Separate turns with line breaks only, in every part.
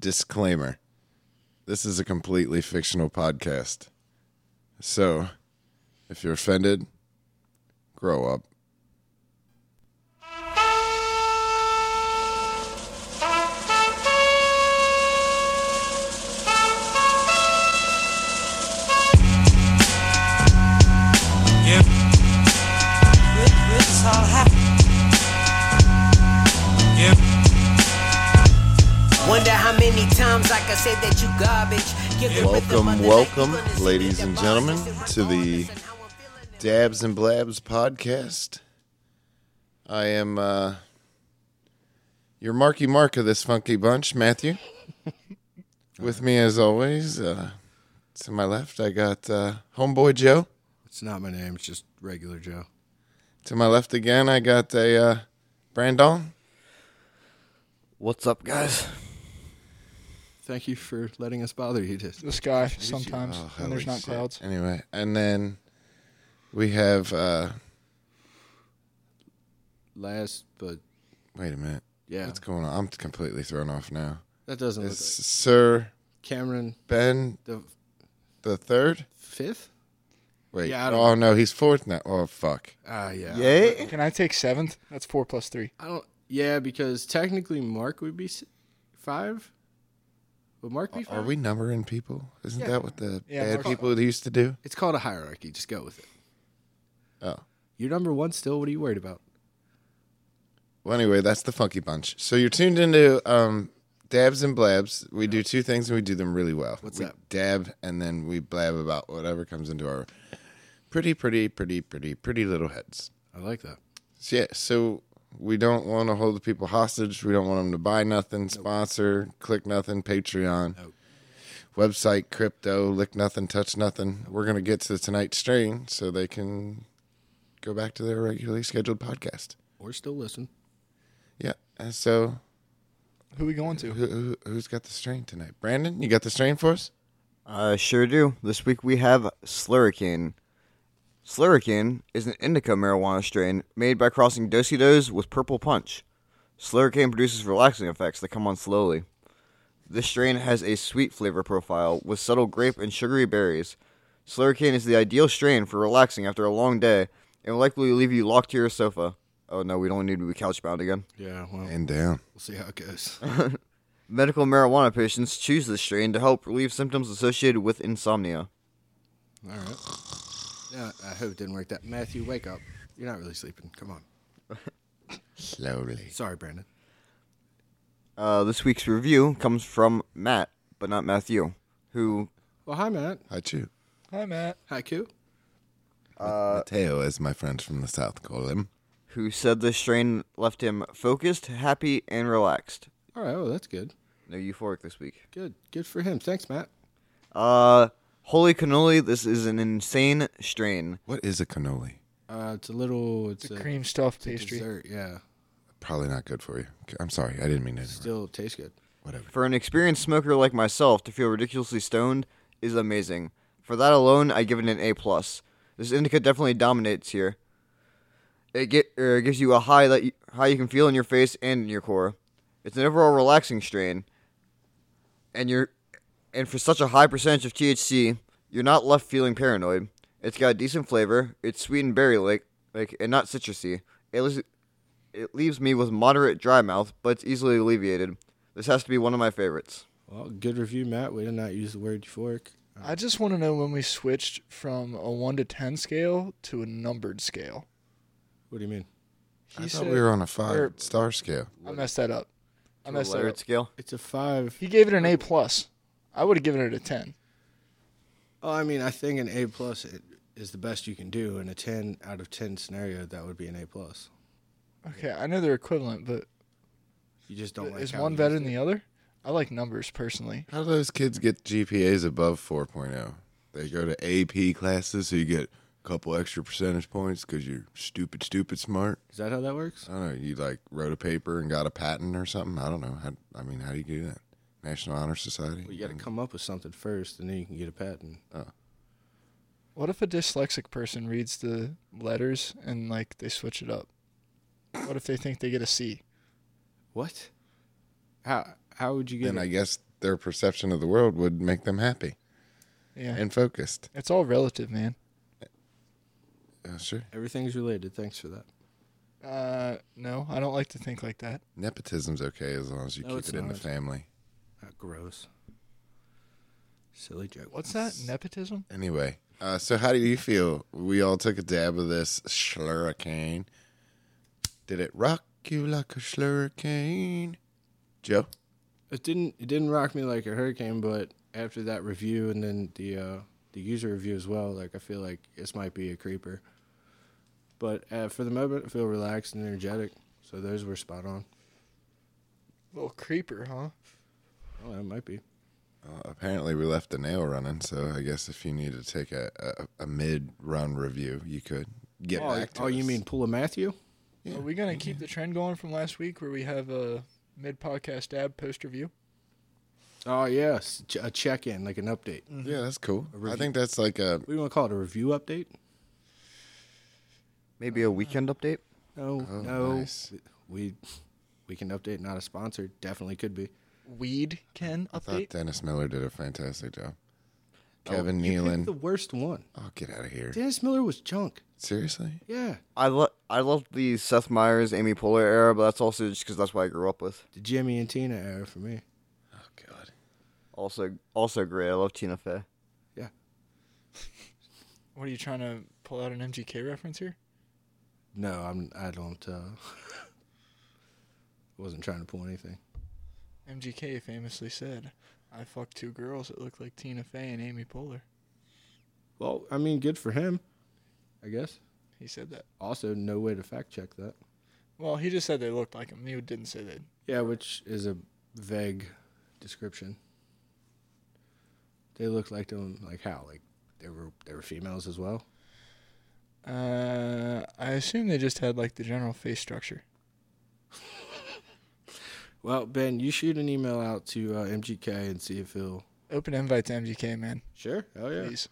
disclaimer this is a completely fictional podcast. So, if you're offended, grow up.
Yeah. This, this is how it happened. Yeah.
Wonder how many times I can say that you garbage.
Welcome, welcome, ladies and gentlemen, to the Dabs and Blabs podcast. I am uh, your Marky Mark of this funky bunch, Matthew. With me, as always, uh, to my left, I got uh, Homeboy Joe.
It's not my name. It's just regular Joe.
To my left again, I got a uh, Brandon.
What's up, guys?
Thank you for letting us bother you. Just
the sky sometimes
Uh-huh.
when there's not clouds.
Anyway, and then we have. Uh,
last, but
wait a minute.
yeah,
What's going on? I'm completely thrown off now.
that doesn't
It's
look
Sir
like Cameron
Ben
the
the third.
fifth.
Wait.
Yeah, I don't
oh no, he's fourth now. Oh fuck.
Ah, yeah,
Yay!
Can I take seventh? That's four plus three.
I don't. Yeah, because technically Mark would be s- five. Would Mark be five?
Are we numbering people? Isn't that what the
Yeah,
bad
Mark-
people used to do?
It's called a hierarchy. Just go with it.
Oh.
You're number one still. What are you worried about?
Well, anyway, that's the funky bunch. So you're tuned into um, Dabs and Blabs. We do two things and we do them really well.
What's
we
that?
Dab and then we blab about whatever comes into our pretty, pretty, pretty, pretty, pretty little heads.
I like that.
So, yeah, so we don't want to hold the people hostage. We don't want them to buy nothing, sponsor, click nothing, Patreon,
Nope.
website, crypto, lick nothing, touch nothing. We're going to get to tonight's strain so they can go back to their regularly scheduled podcast.
Or still listen.
Yeah. And so
Who we going to?
who, who, who's got the strain tonight? Brandon, you got the strain for us?
I Uh, sure do. This week we have Slurican. Slurican is an indica marijuana strain made by crossing dosidos with purple punch. Slurican produces relaxing effects that come on slowly. This strain has a sweet flavor profile with subtle grape and sugary berries. Slurican is the ideal strain for relaxing after a long day and will likely leave you locked to your sofa. Oh no, we don't need to be couch bound again.
Yeah. Well,
And down.
we'll see how it goes.
Medical marijuana patients choose this strain to help relieve symptoms associated with insomnia.
All right. Yeah, I hope it didn't work that. Matthew, wake up. You're not really sleeping. Come on.
Slowly.
Sorry, Brandon.
Uh, this week's review comes from Matt, but not Matthew, who
Well, hi, Matt.
I chew.
Hi Matt.
Hi, Q.
Uh, Mateo, as my friends from the South call him.
who said this strain left him focused, happy, and relaxed.
All right. Well, that's good.
No euphoric this week.
Good. Good for him. Thanks, Matt.
Uh, holy cannoli, this is an insane strain.
What is a cannoli?
Uh, it's a little. It's
The
a
cream
it's
stuffed
a
pastry.
Dessert. Yeah.
Probably not good for you. I'm sorry. I didn't mean to. interrupt.
Still tastes good.
Whatever.
For an experienced smoker like myself to feel ridiculously stoned is amazing. For that alone, I give it an A plus. This indica definitely dominates here. It get er, gives you a high that you, high you can feel in your face and in your core. It's an overall relaxing strain, and you're and for such a high percentage of THC, you're not left feeling paranoid. It's got decent flavor. It's sweet and berry like like and not citrusy. It leaves, it leaves me with moderate dry mouth, but it's easily alleviated. This has to be one of my favorites.
Well, good review, Matt. We did not use the word euphoric. Uh,
I just want to know when we switched from a one to ten scale to a numbered scale.
What do you mean?
He
I thought we were on a five
or-
star scale.
I messed that up. I
To a
messed that
layered
up.
scale.
It's a five.
He gave it an A plus. I would have given it a ten.
Oh, I mean, I think an A plus i- is the best you can do. In a ten out of ten scenario, that would be an A plus.
Okay, I know they're equivalent, but
You just don't like.
is
how
one
we
better
used
than the other? I like numbers personally.
How do those kids get GPAs above 4.0? They go to AP classes, so you get a couple extra percentage points because you're stupid, stupid smart.
it. Is that how that works?
I don't know. You like wrote a paper and got a patent or something. I don't know. How, I mean, how do you do that? National Honor Society.
Well, you got to come up with something first, and then you can get a patent.
What if a dyslexic person reads the letters and like they switch it up? What if they think they get a C?
What? How how would you get?
And
it?
I guess their perception of the world would make them happy
Yeah.
and focused.
it's all relative, man.
Uh, sure.
Everything's related. Thanks for that.
Uh, no, I don't like to think like that.
Nepotism's okay as long as you
No,
keep
it's
it in the
not.
family.
Ah, gross. Silly joke.
What's that? Nepotism?
Anyway, uh, so how do you feel? We all took a dab of this slurricane. Did it rock you like a slurricane? Joe?
It didn't. It didn't rock me like a hurricane, but after that review and then the uh, the user review as well, like I feel like this might be a creeper. But uh, for the moment, I feel relaxed and energetic. So those were spot on.
Little creeper, huh?
Oh, that might be.
Uh, apparently, we left the nail running, so I guess if you need to take a, a, a mid run review, you could get
oh,
back to
oh, you
us.
mean pull a Matthew?
Yeah.
Are we gonna keep the trend going from last week where we have a mid podcast dab post review?
Oh yes, Ch- a check in, like an update.
Yeah, that's cool. I think that's like a
What do you want to call it? A review update?
Maybe a weekend update.
No,
Oh,
no.
nice.
We we can update. Not a sponsor. Definitely could be.
Weed can
I thought
update.
Dennis Miller did a fantastic job.
Oh,
Kevin
you picked
Nealon.
the worst one.
oh, get out of here.
Dennis Miller was junk.
Seriously?
Yeah.
I love I love the Seth Meyers, Amy Poehler era, but that's also just because that's what I grew up with.
The Jimmy and Tina era for me.
Oh, God.
Also, also great. I love Tina Fey.
What are you trying to pull out an MGK reference here?
No, I'm. I don't. uh Wasn't trying to pull anything.
MGK famously said, "I fucked two girls that looked like Tina Fey and Amy Poehler."
Well, I mean, good for him. I guess.
He said that.
Also, no way to fact check that.
Well, he just said they looked like him. He didn't say that.
Yeah, which is a vague description. They looked like them. Like how? Like they were. They were females as well.
Uh, I assume they just had like the general face structure.
Well, Ben, you shoot an email out to uh, MGK and see if he'll.
Open invite to MGK, man.
Sure. Oh yeah.
Please.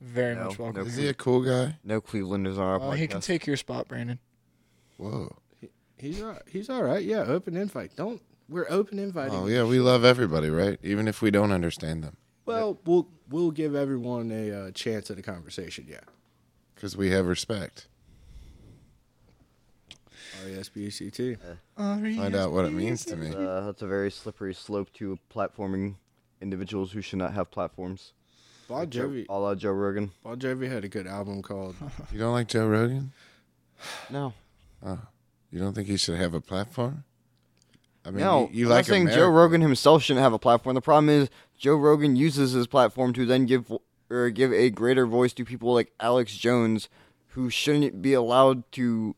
Very
No,
much welcome.
no.
Is he a cool guy?
No Clevelanders on our
Uh,
podcast.
he can take your spot, Brandon.
Whoa.
He's all, he's all right. Yeah. Open invite. Don't. We're open inviting.
Oh, yeah, we love everybody, right? Even if we don't understand them.
Well, we'll we'll give everyone a uh, chance at a conversation. Yeah.
Because we have respect.
R E S B E C T.
Find out what it means to me.
Uh, that's a very slippery slope to platforming individuals who should not have platforms.
Bon Jovi.
A la Joe Rogan.
Bon Jovi had a good album called.
You don't like Joe Rogan?
No.
You don't think he should have a platform? I mean,
no,
you, you
I'm
like
not saying Joe
America.
Rogan himself shouldn't have a platform. The problem is Joe Rogan uses his platform to then give or give a greater voice to people like Alex Jones, who shouldn't be allowed to,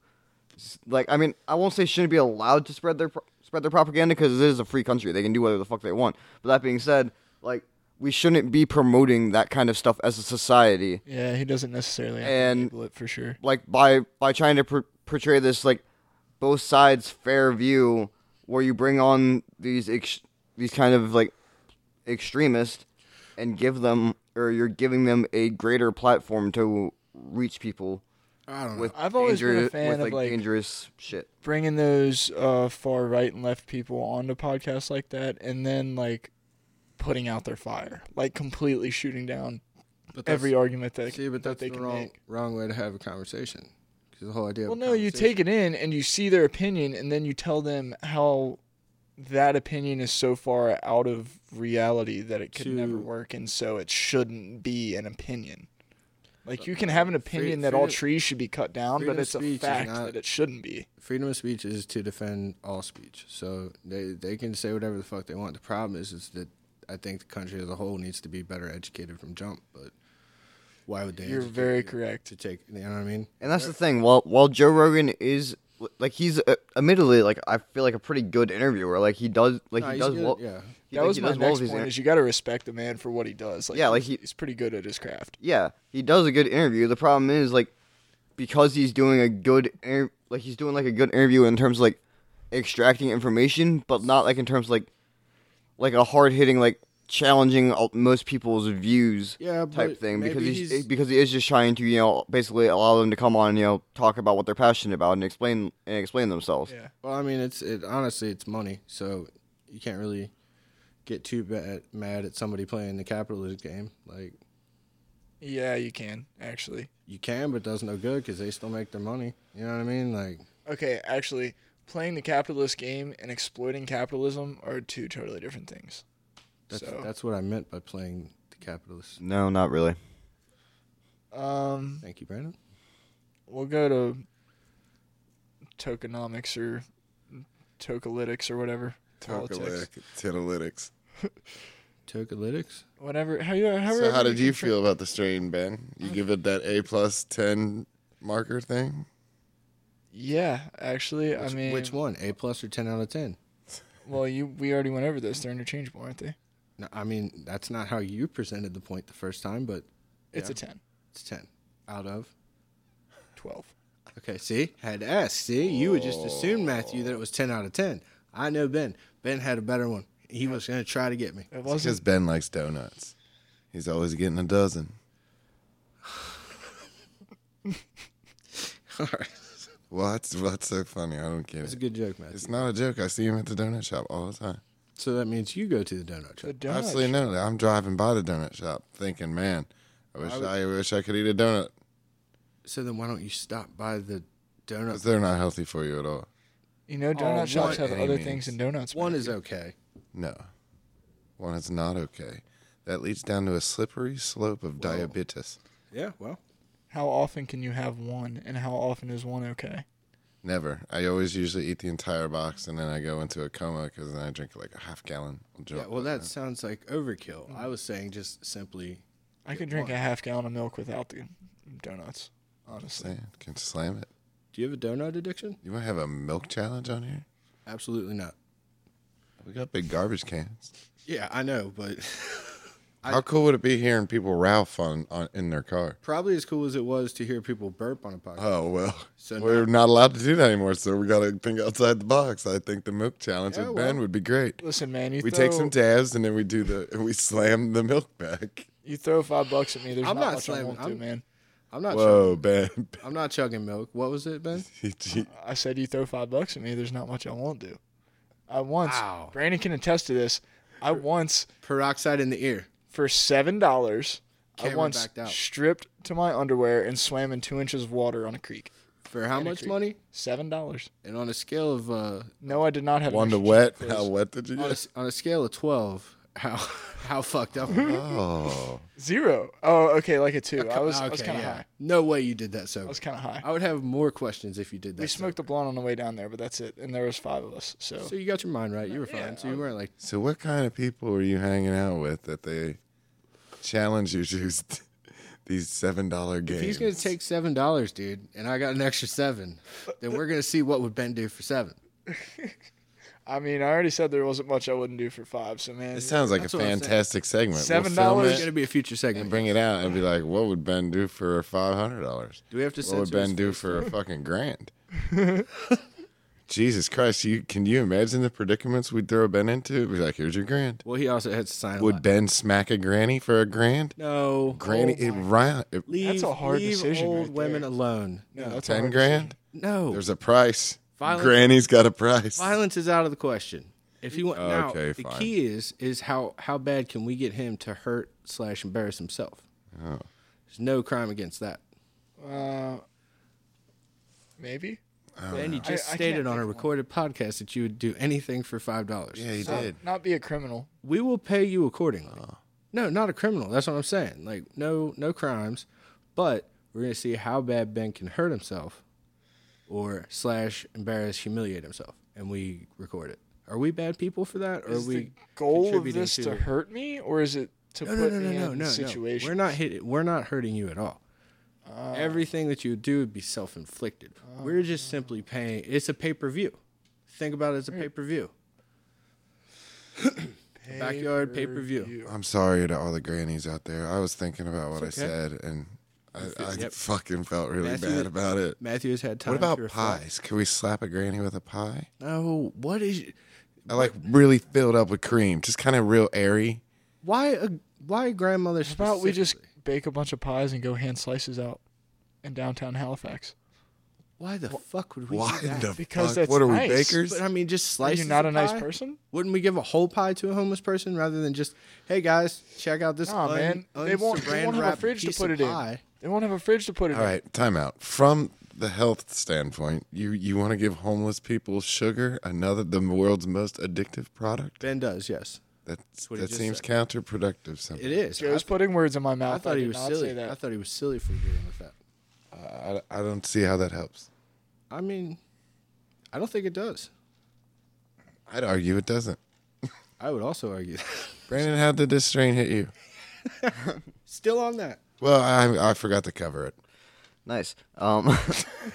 like I mean I won't say shouldn't be allowed to spread their pro- spread their propaganda because it is a free country. They can do whatever the fuck they want. But that being said, like we shouldn't be promoting that kind of stuff as a society.
Yeah, he doesn't necessarily have
And-
to label it for sure.
like by by trying to pr- portray this like both sides fair view where you bring on these ex- these kind of like extremists and give them or you're giving them a greater platform to reach people
I don't know.
with
I've always been a
danger-
fan
with,
of,
like,
like-
dangerous shit.
Bringing those uh, far right and left people onto podcasts like that, and then like putting out their fire, like completely shooting down
But that's-
every argument that
See, but that's
that they
the
can
wrong
make.
wrong way to have a conversation. Because the whole idea.
Well,
of
no, you take it in and you see their opinion, and then you tell them how that opinion is so far out of reality that it could never
To-
work, and so it shouldn't be an opinion. Like
Uh,
you can have an opinion that all
freedom-
trees should be cut down, but
freedom of
it's a
speech is
fact
not-
that it shouldn't be.
freedom of speech is to defend all speech. So they they can say whatever the fuck they want. The problem is is that I think the country as a whole needs to be better educated from jump. But why would they?
You're
educate
very
you
correct.
to take. You know what I mean?
And that's the thing. While while Joe Rogan is like he's uh, admittedly like I feel like a pretty good interviewer. Like he does like
Nah,
he
he's
does
good,
well.
yeah.
he,
that
like,
was
he
my
does well
next
with his
point:
inter-
is you got to respect the man for what he does. Like,
Yeah, like,
he's,
he-
he's pretty good at his craft.
yeah, he does a good interview. The problem is like because he's doing a good inter- like he's doing like a good interview in terms of, like extracting information, but not like in terms of, like like a hard hitting like challenging all- most people's views
Yeah,
type
but
thing because
maybe
he's, eh,
he's-
because he is just trying to you know basically allow them to come on you know talk about what they're passionate about and explain and explain themselves.
Yeah.
Well, I mean, it's it honestly, it's money, so you can't really get too bad, mad at somebody playing the Capitals game. Like
Yeah, you can actually.
you can, but does no good because they still make their money. You know what I mean? Like
Okay, actually, playing the capitalist game and exploiting capitalism are two totally different things.
that's
so,
that's what I meant by playing the Capitals.
No, not really.
um,
Thank you, Brandon.
we'll go to tokenomics or tokalytics or whatever. Politics.
Tokalytic, Titalytics.
Tokalytics.
Whatever. How you? How
So, how did you feel about the strain, Ben? You give it that A plus ten marker thing?
Yeah, actually,
Which,
I mean,
which one? A plus or ten out of ten?
Well, you we already went over this. They're interchangeable, aren't they?
No, I mean that's not how you presented the point the first time, but
It's
Yeah.
a 10,
it's ten out of.
12.
Okay, see, had to ask. See, you would just assume Matthew that it was ten out of ten. I know Ben. Ben had a better one. He was gonna try to get me.
It
Because
wasn't.
Ben likes donuts. He's always getting a dozen.
All right,
Well, that's, that's so funny. I don't get
that's a
it.
good joke, Matthew.
It's not a joke. I see him at the donut shop all the time.
So that means you go to the donut shop.
The donut.
Absolutely no. I'm driving by the donut shop thinking, man, I wish I, wish I could eat a donut.
So then why don't you stop by the donut?
'Cause they're not healthy for you at all.
You know, donut
Oh,
shops
what?
have
Any
other
means.
things than donuts.
One
man.
is okay.
No. One is not okay. That leads down to a slippery slope of diabetes.
Yeah. Well,
How often can you have one, and how often is one okay?
Never. I always usually eat the entire box and then I go into a coma because then I drink like a half gallon. of
yeah.
drink.
Well, that sounds like overkill. I was saying just simply.
I could drink a half gallon of milk without the donuts. Honestly,
Say it. Can slam it.
Do you have a donut addiction?
You want to have a milk challenge on here?
Absolutely not.
We got big garbage cans.
Yeah, I know, but
How cool would it be hearing people Ralph on, on in their car?
probably as cool as it was to hear people burp on a podcast.
Oh well,
So
we're not allowed to do that anymore. So we got to think outside the box. I think the milk challenge
Yeah,
with Ben
well.
would be great.
listen, man. You
We
throw,
take some dabs and then we do the and we slam the milk back.
You throw five bucks at me. There's
I'm
not
not
much I
slamming-
won't do,
I'm-
man.
I'm not. Chug-
Whoa, Ben!
I'm not chugging milk. What was it, Ben? Oh,
I said you throw five bucks at me. There's not much I won't do. I once.
Wow.
Brandon can attest to this. I once
Peroxide in the ear.
for seven dollars. I
Cameron
once
backed out.
stripped to my underwear and swam in two inches of water on a creek.
For how
And a
much
creep.
money?
Seven dollars.
And on a scale of uh,
No, I did not have an
One to
extra
wet.
check, please.
How wet did you
on, a,
get?
s- on a scale of twelve, how how fucked up? were you?
Oh,
Zero. Oh, okay, like a two. I was, I was
Okay,
kind of
yeah.
high.
No way you did that sober.
I was kind of high.
I would have more questions if you did that.
we smoked a blunt on the way down there, but that's it. And there was five of us, so
sober. So you got your mind right. You were fine.
Yeah,
so you weren't like
so what kind of people are you hanging out with that they challenge you to s- these seven dollar games?
if he's gonna take seven dollars, dude, and I got an extra seven, then we're gonna see what would Ben do for seven.
I mean, I already said there wasn't much I wouldn't do for five. So man,
It sounds like a
That's what I'm saying.
fantastic segment. We'll
Seven
film
dollars
it
It's gonna be a future
and
segment.
bring it out and be like, "What would Ben do for five hundred dollars?"
Do we have to
What would
censor his
Ben do
face?
for a fucking grand? Jesus Christ! You can you imagine the predicaments we'd throw Ben into? It'd be like, "Here's your grand."
Well, he also had to sign. a
Would
lot.
Ben smack a granny for a grand?
no
Granny, it round it,
Oh Leave,
That's a hard
leave
decision
Old
right
women
there.
alone.
no, that's a
ten
hard
grand.
No,
There's a price.
Violence-
Granny's got a price.
violence is out of the question. If you want, now
Okay,
the
fine.
key is is how how bad can we get him to hurt slash embarrass himself?
Oh.
There's no crime against that.
decision. Uh, maybe.
Oh,
And you
I-
just
I can't
stated on
think
a
of one.
recorded podcast that you would do anything for five dollars.
Yeah, he Oh.
Not-
did.
Not be a criminal.
We will pay you accordingly. No, not a criminal. That's what I'm saying. Like no no crimes, but we're gonna see how bad Ben can hurt himself, or slash embarrass humiliate himself, and we record it. Are we bad people for that? Or
Is
are we
the goal of
contributing
this to
to-
hurt me, or is it to
no, no,
put
no, no,
me
no,
in
no,
situation? Ah.
no. We're not hit, We're not hurting you at all. Everything that you would do would be self-inflicted. we're just simply paying. It's a pay-per-view. Think about it as a pay-per-view. backyard pay-per-view.
I'm sorry to all the grannies out there. I was thinking about what I
okay.
said, and I, I
Yep.
fucking felt really
Matthew-
bad about it.
Matthew has had time.
What
to
about
reflect.
pies? Can we slap a granny with a pie?
No. What is?
I like really filled up with cream, just kind of real airy.
Why a why a grandmother?
How about we just
specifically?
bake a bunch of pies and go hand slices out in downtown Halifax?
Why the fuck would we?
Why
do that?
the
Because
fuck?
that's
What are
nice,
we bakers?
But I mean, just
Are
slice.
you not a nice person?
Wouldn't we give a whole pie to a homeless person rather than just, hey guys, check out this?
Nah,
un-
man. They won't- they won't have a
unsaran-wrapped
fridge to
piece
put
of
it in.
pie."
They won't have a fridge to put it
All right, time out. From the health standpoint, you you want to give homeless people sugar, another the world's most addictive product?
Ben does, yes.
That's,
what he
that
just
seems
said.
counterproductive. Something
It is.
in. Joe's
I,
putting words in my
I
mouth.
thought he
did
was
not Say
silly.
that.
I thought he was silly for agreeing with that.
I, I don't see how that helps.
I mean, I don't think it does.
I'd argue it doesn't.
I would also argue.
Brandon, how did this strain hit you?
Still on that.
Well, I I forgot to cover it.
Nice. Um,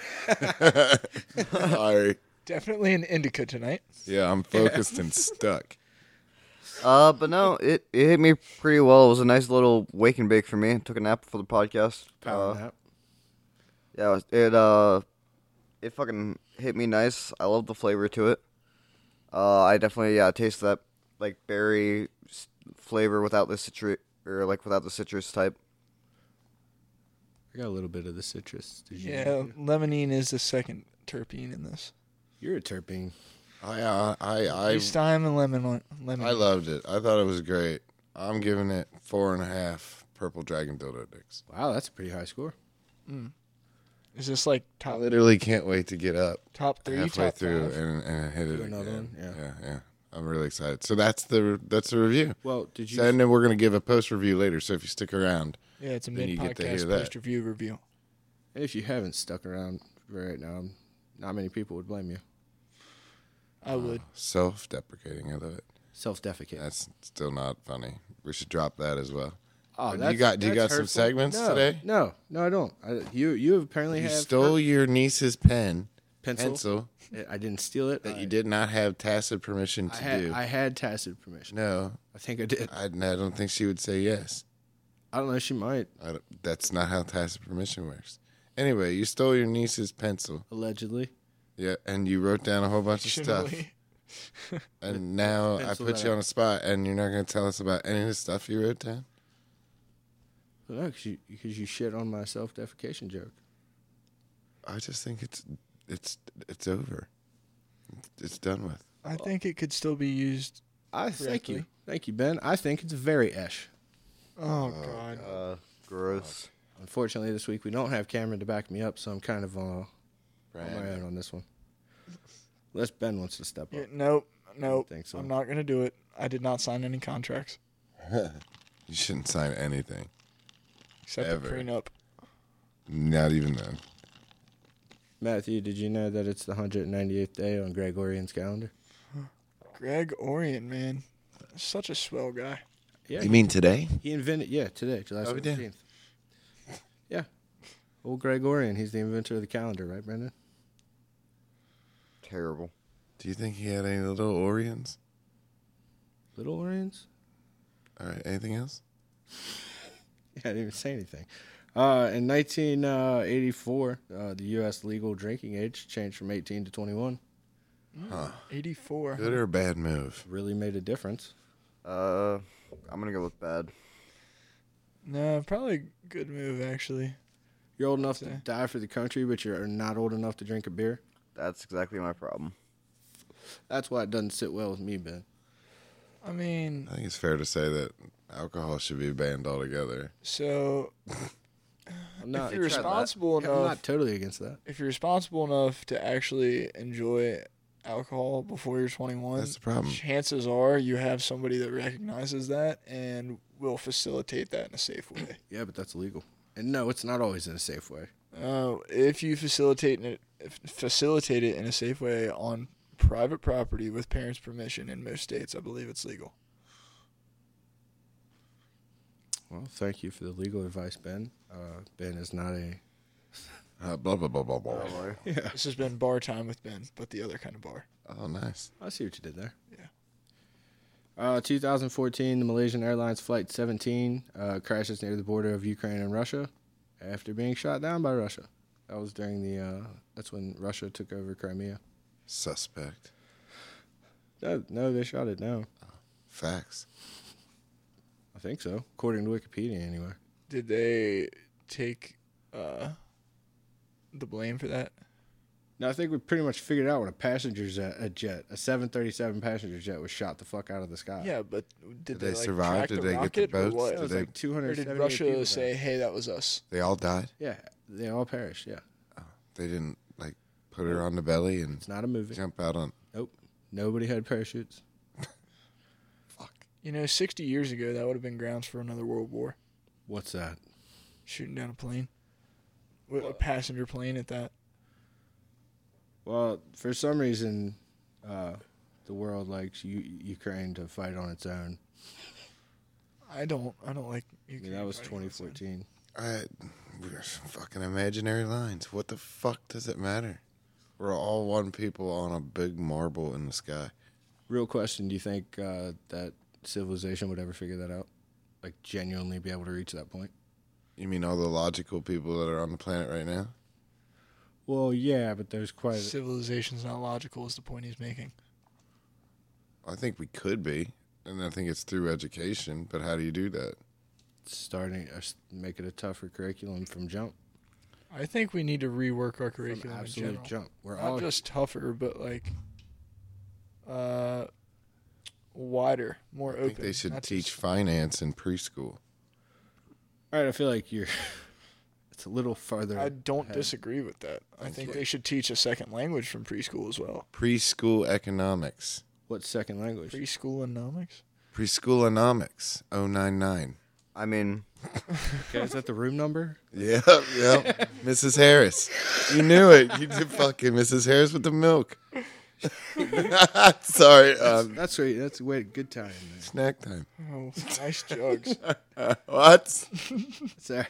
Sorry.
Definitely an indica tonight.
Yeah, I'm focused and stuck.
uh, but no, it, it hit me pretty well. It was a nice little wake and bake for me. Took a nap before the podcast.
Power
Uh,
Uh-huh.
nap.
Yeah, it was- it uh, it fucking hit me nice. I love the flavor to it. Uh, I definitely yeah taste that like berry s- flavor without the citrus or like without the citrus type.
I got a little bit of the citrus. Did you?
Yeah, lemonine is the second terpene in this.
You're a terpene.
I uh, I I
Each time and lemon, lemon.
I loved it. I thought it was great. I'm giving it four and a half purple dragon dildo dicks.
Wow, that's a pretty high score.
is this like
I
top
literally can't wait to get up
top three?
halfway
top
through
five?
and, and hit it again.
another one, yeah.
yeah, yeah. I'm really excited. So that's the that's the review.
Well, did you?
So, and then we're gonna give a post review later. So if you stick around,
Yeah, it's a
Then
mid
you get to hear
podcast
that.
post review review.
if you haven't stuck around right now, not many people would blame you.
I would.
self-deprecating, I love it.
Self-defecate.
That's still not funny. We should drop that as well.
Oh,
Do you
that's-
got- do you
that's
got some
hurtful.
segments
no,
today?
No, no, I don't. I, you you apparently
You
have
stole your niece's pen,
Pencil? I didn't steal it.
that
I,
you did not have tacit permission to
I had
do.
I had tacit permission.
no,
I think I did.
I, I don't think she would say yes.
I don't know. She might
I don't- that's not how tacit permission works. Anyway, you stole your niece's pencil,
allegedly.
yeah, and you wrote down a whole bunch of stuff.
Fictionally.
And now I
pencil
put you
that.
on a spot, and you're not going to tell us about any of the stuff you wrote down.
Well, no, because you because you shit on my self-defecation joke.
I just think it's it's it's over. It's, it's done with.
I think it could still be used.
I thank you,
Correctly.
thank you, Ben. I think it's very esh.
Oh, God.
Uh, gross.
Unfortunately, this week we don't have Cameron to back me up, so I'm kind of uh, on my
Brandon.
own on this one. Unless Ben wants to step
Yeah,
up.
nope, nope.
think so.
I'm not gonna do it. I did not sign any contracts
You shouldn't sign anything.
except
Ever.
the prenup.
Not even then.
Matthew, did you know that it's the 198th day on Gregorian's calendar?
Greg Orion, man, such a swell guy.
Yeah,
You mean today?
He invented, yeah, today, July
Oh, we did.
17th. Yeah. Old Gregorian, he's the inventor of the calendar, right, Brendan?
Terrible.
Do you think he had any little Orions?
Little Orions?
All right. Anything else?
Yeah, I didn't even say anything. Uh, in 1984, uh, the U.S. legal drinking age changed from 18 to 21.
Eighty-four.
Good or bad move?
Really made a difference.
Uh, I'm gonna go with bad.
No, probably a good move actually.
You're old enough to
Say.
die for the country, but you're not old enough to drink a beer.
That's exactly my problem.
That's why it doesn't sit well with me, Ben.
I mean,
I think it's fair to say that alcohol should be banned altogether.
so
I'm not,
if you're responsible
I'm
enough,
not totally against that.
if you're responsible enough to actually enjoy alcohol before you're 21,
That's the problem.
Chances are you have somebody that recognizes that and will facilitate that in a safe way.
Yeah, but that's illegal. And no, it's not always in a safe way.
Uh, if you facilitate it, f- facilitate it in a safe way on private property with parents' permission in most states, I believe it's legal.
Well, thank you for the legal advice, Ben. Uh, ben is not a
Uh, blah blah blah blah blah.
This has been bar time with Ben, but the other kind of bar.
Oh, nice.
I see what you did there.
Yeah.
Uh, 2014, the Malaysian Airlines Flight 17 uh, crashes near the border of Ukraine and Russia after being shot down by Russia. That was during the. Uh, that's when Russia took over Crimea.
Suspect.
No, no, they shot it down.
Facts.
I think so, according to Wikipedia, anyway.
Did they take uh, the blame for that?
Now I think we pretty much figured out what a passenger jet, a jet, a 737 passenger jet was shot the fuck out of the sky.
Yeah, but did,
Uh, Did
they,
they
like,
survive?
track
Did
the
they get the
rocket or
boats?
what?
it was
Did they-
like
Or
270
did
people
Russia
died.
say, "Hey, that was us"?
They all died.
Yeah, they all perished. Yeah,
They didn't like put her on the belly and
it's not a movie.
jump out on.
Nope, nobody had parachutes.
You know, 60 years ago, that would have been grounds for another world war.
What's that?
Shooting down a plane, With a passenger plane at that.
Well, for some reason, uh, the world likes U- Ukraine to fight on its own.
I don't. I don't like.
I
Ukraine
mean, that was
fighting outside.
2014.
I, we're fucking imaginary lines. What the fuck does it matter? We're all one people on a big marble in the sky.
Real question: Do you think uh, that civilization would ever figure that out? Like, genuinely be able to reach that point?
You mean all the logical people that are on the planet right now?
Well, yeah, but there's quite. A,
Civilization's not logical is the point he's making.
I think we could be, and I think it's through education. But how do you do that?
starting uh, s- make it a tougher curriculum from jump,
I think we need to rework
from
our curriculum in
absolute
general.
jump. We're all
Not just tougher, but like uh, wider, more
I
open.
think they should
not
teach
just-
finance in preschool.
all right. I feel like you're. it's a little farther.
I don't
ahead.
disagree with that. I
Thank
think
you.
they should teach a second language from preschool as well.
Preschool economics.
What second language?
Preschool economics.
Preschool economics. 099.
I mean,
Okay, is that the room number?
Yeah, yeah. Mrs. Harris. You knew it. You did fucking Mrs. Harris with the milk. Sorry. Um,
That's great. That's wait. Good time. Man.
snack time.
Oh, nice jugs.
What?
Sorry.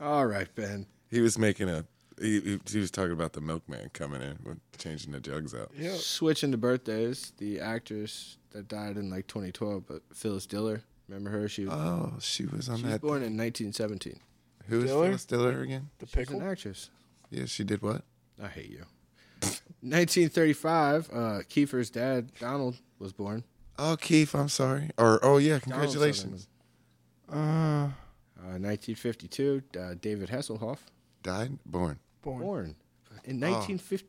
All right, Ben.
He was making a. He, he- he was talking about the milkman coming in with changing the jugs out.
Yeah.
Switching to birthdays, the actress that died in like 2012, but Phyllis Diller. Remember her? She,
Oh, she was on
she was
that.
born in 1917.
Who is
Diller?
Phyllis Diller again?
The
She's an
pickle.
actress.
Yeah, she did what?
I hate you. 1935, uh, Kiefer's dad, Donald, was born.
Oh, Keith, I'm sorry. Or oh yeah,
Donald
congratulations.
Uh,
Sutherland. Uh, 1952, uh, David Hasselhoff,
Died, born.
born.
born. In 1950,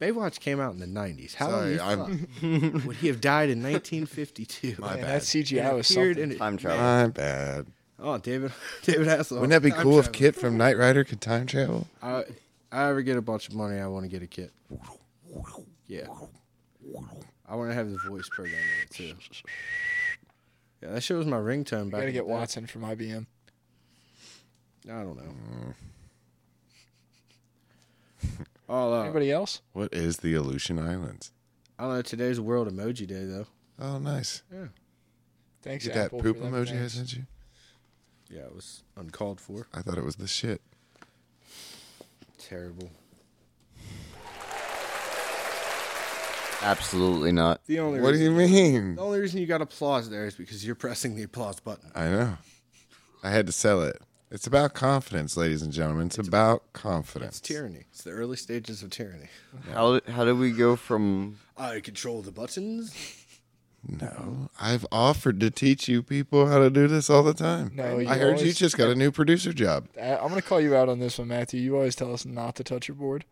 Baywatch came out in the 90s. How
Sorry,
the fuck would he have died in 1952?
My
Man,
bad.
that CGI was
Appeared
something.
in it-
time travel.
My bad.
Oh, David, David Hasselhoff.
Oh, Wouldn't that be
Time
cool if
travel.
Kit from Knight Rider could time travel?
I, I ever get a bunch of money, I want to get a kit. Yeah. I want to have the voice program in it too. Yeah, that shit was my ringtone back.
Gotta
in
get
the day.
Watson from IBM.
I don't know. All uh,
Anybody else?
What is the Aleutian Islands?
I don't know. Today's World Emoji Day though.
Oh, nice.
Thanks,
Get that
Apple.
poop
for them
emoji I
things.
sent you.
Yeah, it was uncalled for.
I thought it was the shit.
Terrible.
absolutely not.
The only
What do
reason,
you mean?
the only reason you got applause there is because you're pressing the applause button.
I know. I had to sell it. It's about confidence, ladies and gentlemen. It's, about confidence.
It's tyranny. It's the early stages of tyranny.
How how do we go from
I control the buttons.
No, I've offered to teach you people how to do this all the time.
No, you
I heard you
always-
just got a new producer job.
I- Uh, I'm gonna call you out on this one, Matthew. You always tell us not to touch your board.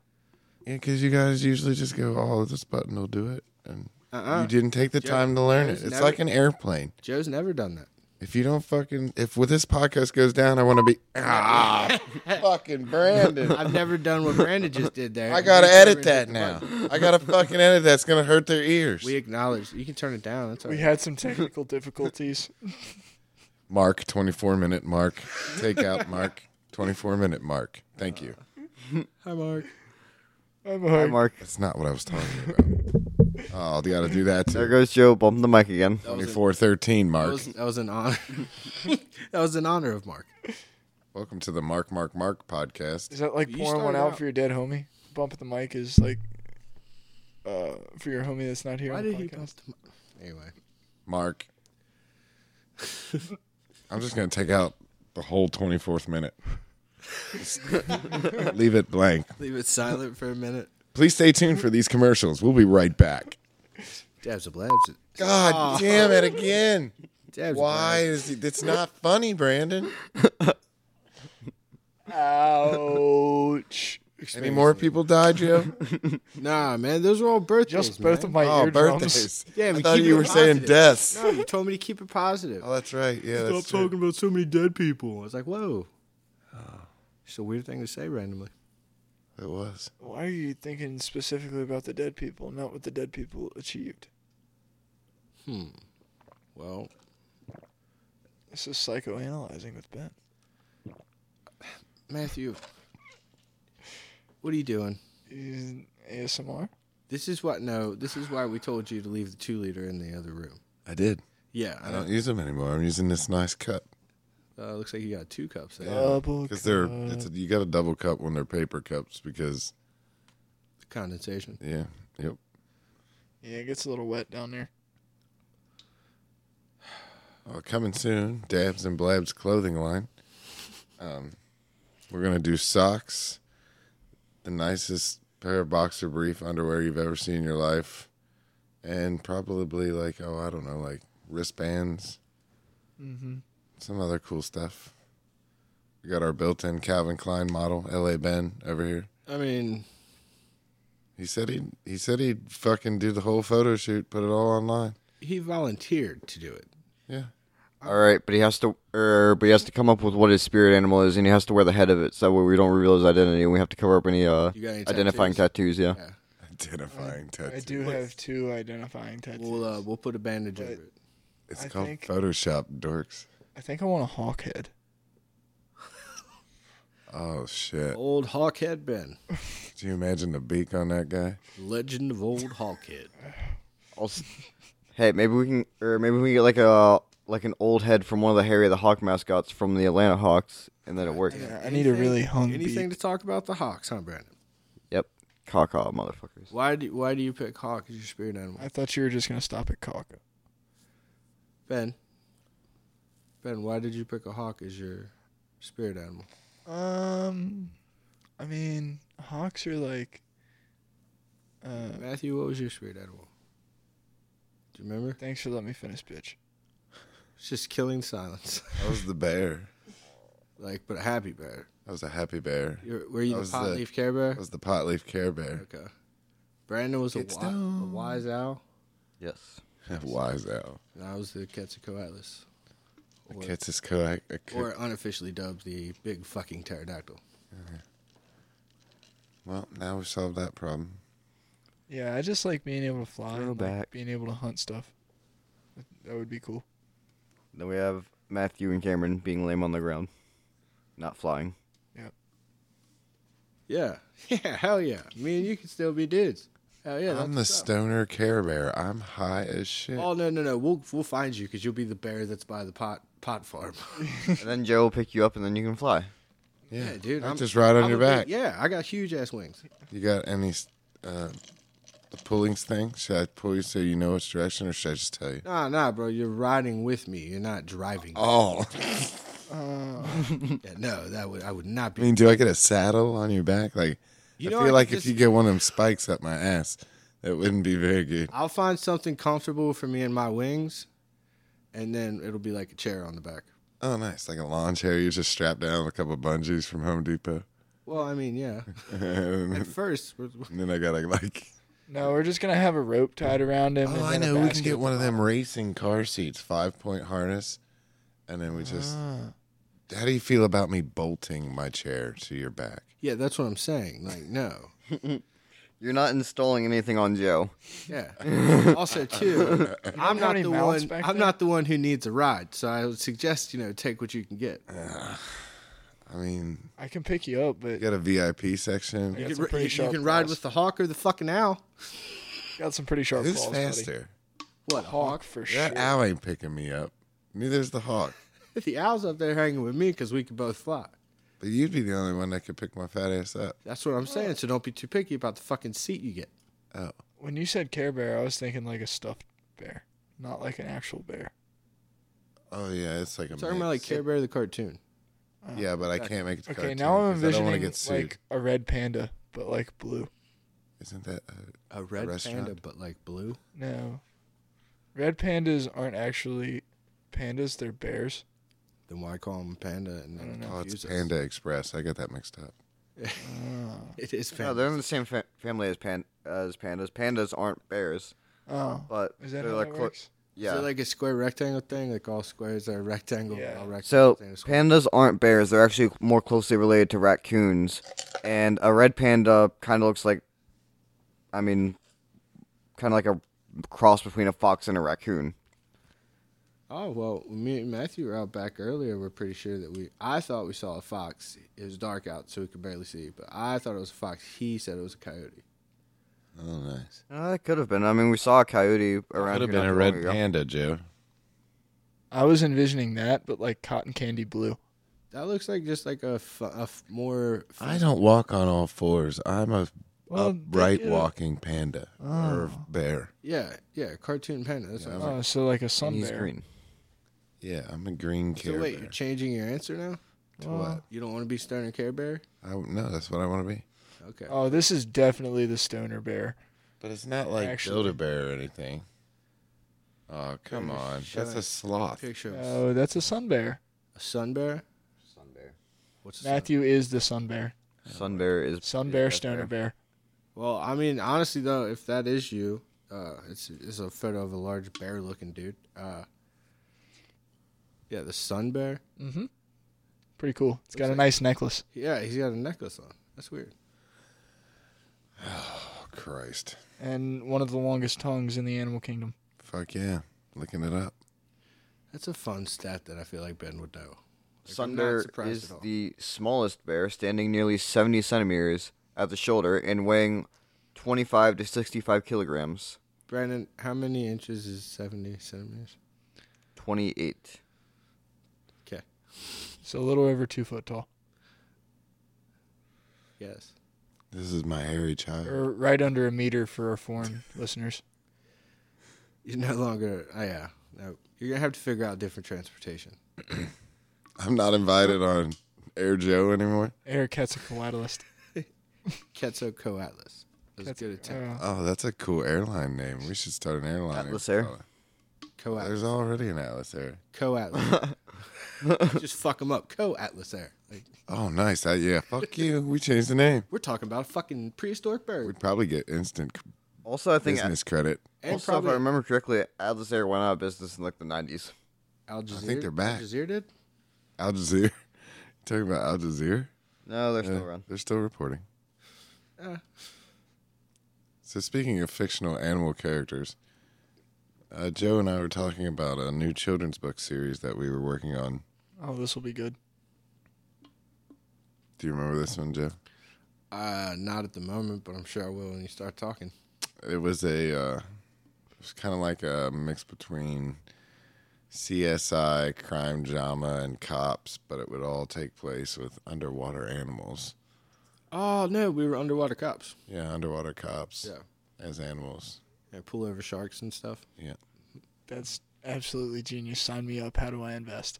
Yeah, because you guys usually just go, "Oh, this button will do it," and
Uh-uh.
you didn't take the time to learn it.
there's
It's
never-
like an airplane.
Joe's never done that.
If you don't fucking, if with this podcast goes down, I want to be ah, fucking Brandon.
I've never done what Brandon just did there.
I gotta
Never
edit that
did the
now.
button.
I gotta fucking edit that. It's gonna hurt their ears.
We acknowledge. You can turn it down. That's all
We
right.
had some technical difficulties.
Mark, 24 minute mark. Take out Mark, 24 minute mark. Thank you.
Hi, Mark.
I'm
Hi,
hard.
Mark?
That's not what I was talking about. Oh, you gotta do that
There
too.
goes Joe. Bump the mic again.
2413,
That
Mark.
was, that was an honor. that was an honor of Mark.
Welcome to the Mark, Mark, Mark podcast.
Is that like
You
pouring one
started
out,
out.
for your dead homie? Bump the mic is like uh, for your homie that's not here
Why
on the
did he?
podcast.
Anyway,
Mark. I'm just gonna take out the whole 24th minute. Just leave it blank.
leave it silent for a minute.
Please stay tuned for these commercials. We'll be right back.
Dabs and blabs. it.
God damn it again.
Dabs and
Why is
blabs.
it? It's not funny, Brandon.
Ouch.
Any more people die, Joe?
Nah, man, those are all birthdays.
Just both
man.
of my
oh,
eardrums.
birthdays.
Yeah,
I
we
thought
keep
you
it
were saying
positive.
deaths.
No, you told me to keep it positive.
Oh, that's right. Yeah, that's true.
about so many dead people. I was like, whoa. It's a weird thing to say randomly.
It was.
Why are you thinking specifically about the dead people, not what the dead people achieved?
Well,
This is psychoanalyzing with Ben.
Matthew, what are you doing?
He's ASMR.
This is what no. This is why we told you to leave the two liter in the other room.
I did.
Yeah,
I don't use them anymore. I'm using this nice cup
Uh, looks like you got two cups there.
Double
because they're
cup.
it's a, you got a double cup when they're paper cups because
Condensation.
yeah yep
yeah, it gets a little wet down there.
Uh, coming soon, Dabs and Blabs clothing line. Um, we're gonna do socks, the nicest pair of boxer brief underwear you've ever seen in your life, and probably like oh I don't know like wristbands,
Mm-hmm.
some other cool stuff. We got our built-in Calvin Klein model, L.A. Ben, over here.
I mean,
He said he he said he'd fucking do the whole photo shoot, put it all online.
he volunteered to do it.
Yeah,
All right, but he has to, er, but he has to come up with what his spirit animal is, and he has to wear the head of it, so that way we don't reveal his identity, and we have to cover up any uh
You got any
identifying tattoos. Yeah.
Yeah.
identifying tattoo.
I do have two identifying tattoos.
We'll uh, we'll put a bandage
But-
over it.
It's
I
called
think-
Photoshop, dorks.
I think I want a hawk head.
Oh shit.
Old Hawkhead Ben,
Could you imagine the beak on that guy?
legend of old Hawkhead.
I'll s- hey, maybe we can, or maybe we can get like a like an old head from one of the Harry the Hawk mascots from the Atlanta Hawks, and then it works.
Yeah, I need a really hung
Anything
beak.
to talk about the Hawks, huh, Brandon?
Yep, caw caw motherfuckers.
Why do why do you pick hawk as your spirit animal?
I thought you were just gonna stop at cock.
Ben. Ben, why did you pick a hawk as your spirit animal?
Um, I mean, hawks are like. Uh,
Matthew, what was your spirit animal? Do you remember?
thanks for letting me finish, bitch.
It's just killing silence.
That was the bear.
like, but a happy bear.
That was a happy bear.
You're, were you
I
the
was
pot
the-
leaf care bear?
That was the pot leaf care bear.
Okay. Brandon was a,
It's
wi- a
down.
wise owl,
Yes.
Wise owl.
and I was the Quetzalcoatlus.
The
Or-
cat's is co- a co-
Or unofficially dubbed the big fucking pterodactyl.
Well, now we've solved that problem.
Yeah, I just like being able to fly. and, like,
Throwback.
being able to hunt stuff. That would be cool.
Then we have Matthew and Cameron being lame on the ground, not flying.
Yeah. Yeah, hell yeah. Me and you can still be dudes. Hell yeah.
I'm
that's
the
what's up.
stoner care bear. I'm high as shit.
Oh no no no! We'll we'll find you because you'll be the bear that's by the pot pot farm.
and then Joe will pick you up, and then you can fly.
yeah.
dude,
I
I'm-
just ride on
I'm
your
a big-
back.
yeah, I got huge ass wings.
You got any uh, the pullings thing? Should I pull you so you know which direction, or should I just tell you?
Nah nah, bro, you're riding with me. You're not driving.
Oh,
Yeah, no, that would I would not
I
be.
mean, do I get a saddle on your back? Like,
You
I
know,
feel
I
like
could
if you
just-
get one of them spikes up my ass, that wouldn't be very good.
I'll find something comfortable for me and my wings, and then it'll be like a chair on the back.
Oh, nice! Like a lawn chair, you just strap down with a couple bungees from Home Depot,
Well, I mean, yeah. At
and
first, we're-
then I gotta like.
No, we're just gonna have a rope tied around him.
Oh,
and
I
then a
know. We can
basket
get
at
one
the
of
bottom.
them racing car seats, five point harness, and then we just. How do you feel about me bolting my chair to your back?
yeah, that's what I'm saying. Like no,
You're not installing anything on Joe.
yeah. also, too, I'm
have
not
any
the
mounts
one.
back
I'm
there?
not the one who needs a ride, so I would suggest you know take what you can get.
I mean,
I can pick you up,
you
but
got a VIP section.
Yeah.
You
That's
can,
a pretty
you- you
sharp
can ride
claws.
with the hawk or the fucking owl.
got some pretty sharp
Who's
claws, buddy.
faster?
What?
Hawk for sure.
That owl ain't picking me up. Neither's the hawk.
The owl's up there hanging with me because we can both fly.
But you'd be the only one that could pick my fat ass up.
That's what I'm saying. So don't be too picky about the fucking seat you get.
Oh,
When you said Care Bear, I was thinking like a stuffed bear, not like an actual bear.
oh yeah, it's like a.
I'm talking about like
mix.
Care Bear the cartoon.
Yeah, but I can't make it. to
Okay,
cartoon
now I'm
'cause I don't wanna
envisioning
get sued.
like a red panda, but like blue.
Isn't that? Uh,
A red
restaurant.
panda, but like blue.
No, red pandas aren't actually pandas; they're bears.
Then why call him a panda and
I
then
don't know.
oh, it's
confuse us?
Panda Express. I got that mixed up.
It is fantastic.
No, they're in the same fa- family as pan- as pandas. Pandas aren't bears,
Oh,
but
is that
they're
how
like
that
clo-
works?
yeah.
Is it like a square rectangle thing? Like all squares are rectangle.
Yeah.
All rectangles
so
are square.
pandas aren't bears. They're actually more closely related to raccoons, and a red panda kind of looks like, I mean, kind of like a cross between a fox and a raccoon.
Oh well, me and Matthew were out back earlier. We're pretty sure that we. I thought we saw a fox. It was dark out, so we could barely see. But I thought it was a fox. He said it was a coyote.
Oh, nice.
Uh, it could have been. I mean, we saw a coyote around.
Could have
here
been
not
a
too
red
long ago.
panda, Joe.
I was envisioning that, but like cotton candy blue.
That looks like just like a, f- a f- more. f-
I don't walk on all fours. I'm a
Well,
upright
yeah.
walking panda or bear.
yeah, yeah, cartoon panda. That's what I was like.
Oh, so like a sun
He's
bear.
green.
Yeah, I'm a green care
So wait,
bear.
you're changing your answer now? Uh,
To what?
You don't want to be Stoner Care Bear?
I, no, that's what I want to be.
Okay.
Oh, this is definitely the stoner bear.
But it's not like
Actually-
Dota Bear or anything. Oh, come on.
shut
That's
up.
a sloth.
Picture of
uh,
Oh, that's a sun bear.
a sun bear.
Sun bear.
What's a sun?
Matthew is the sun bear.
Sun bear is
Sun
is
bear,
red
stoner bear.
Well, I mean, honestly though, if that is you, uh, it's it's a photo of a large bear-looking dude. Uh, yeah, the sun bear.
Pretty cool. It's got a nice necklace.
Yeah, he's got a necklace on. That's weird.
Oh, Christ.
and one of the longest tongues in the animal kingdom.
Fuck yeah. Looking it up.
That's a fun stat that I feel like Ben would know. Like, I'm
Sun
not
bear
surprised
is
at all.
the smallest bear, standing nearly 70 centimeters at the shoulder and weighing 25 to 65 kilograms.
Brandon, how many inches is seventy centimeters?
28.
Okay.
So a little over two foot tall,
Yes.
This is my hairy child.
or right under a meter for our foreign listeners.
You're no longer. Oh yeah. No, you're gonna have to figure out different transportation.
I'm not invited on Air Joe anymore.
Eric Cat's a coatalist.
Quetzalcoatlus. That's a good attempt.
Uh,
Oh, that's a cool airline name. We should start an airline.
Atlas Air.
Coatlas.
There's already an Atlas Air.
Coatlas. Just fuck them up. Coatlas Air. Like,
Oh, nice. That, yeah. Fuck you. We changed the name.
we're talking about a fucking prehistoric bird.
We'd probably get instant
Also, I think,
business credit.
And
also,
probably
if I remember correctly, Atlas Air went out of business in like the 90s.
Al Jazeera.
think they're back.
Al Jazeera did?
Al Jazeera. Talking about Al Jazeera.
No, they're still
Yeah,
around.
They're still reporting.
Eh.
Uh.
So speaking of fictional animal characters, uh, Joe and I were talking about a new children's book series that we were working on.
oh, this will be good.
Do you remember this one, Joe?
Uh, not at the moment, but I'm sure I will when you start talking.
It was a, uh, it was kind of like a mix between CSI, crime drama, and cops, but it would all take place with underwater animals.
Oh, no, we were underwater cops.
Yeah, underwater cops
Yeah.
as animals.
Yeah, pull over sharks and stuff.
Yeah.
That's absolutely genius. Sign me up. How do I invest?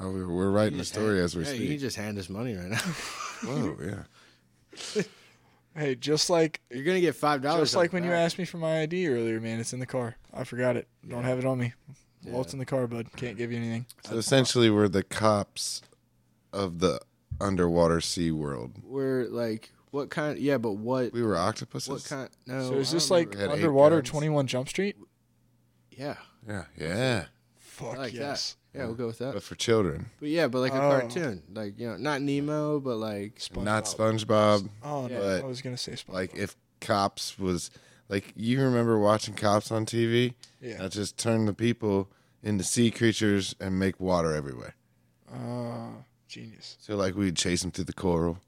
Oh, we're, we're writing the story as we
yeah, you
speak.
can just hand us money right now.
Whoa, yeah.
Hey, just like
You're going to get $5.
just
on
like
the
when you
back.
asked me for my ID earlier, man. It's in the car. I forgot it. Don't have it on me. Well, it's in the car, bud. Can't give you anything.
So essentially, we're the cops of the underwater sea world.
We're like, what kind? Yeah, but what?
We were octopuses.
What kind? No.
So is
I
this
don't
like
remember.
Had eight
underwater
guns.
Twenty One Jump Street?
Yeah.
Yeah, yeah.
Fuck
I like
yes.
that. Yeah, we'll go with that.
But for children,
But yeah, but like a
Oh.
cartoon, like you know, not Nemo, but like
not SpongeBob.
Oh no,
But-
I was gonna say SpongeBob.
Like if cops was like you remember watching cops on TV?
Yeah.
That just turn the people into sea creatures and make water everywhere.
Oh, genius.
So like we'd chase them through the coral,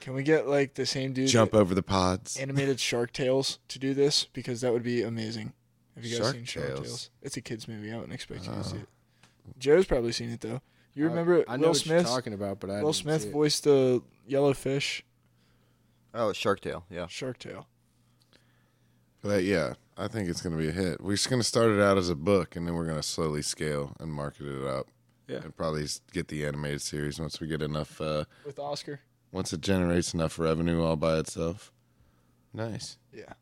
Can we get like the same dude
jump
that
over the pods.
animated Shark Tales to do this because that would be amazing. Have you guys
Shark
seen Shark
Tales?
Tales? It's a kids movie. I wouldn't expect you to see it. Joe's probably seen it though. You remember
I know
Will
what you're
Smith?
talking about, but I
Will
didn't
Smith
see it.
voiced the yellowfish
Oh, it's Shark Tale. Yeah.
Shark Tale.
But uh, yeah, I think it's gonna be a hit. We're just gonna start it out as a book, and then we're gonna slowly scale and market it up.
Yeah.
and probably s- get the animated series once we get enough. Uh,
With Oscar?
once it generates enough revenue all by itself. Nice,
Yeah.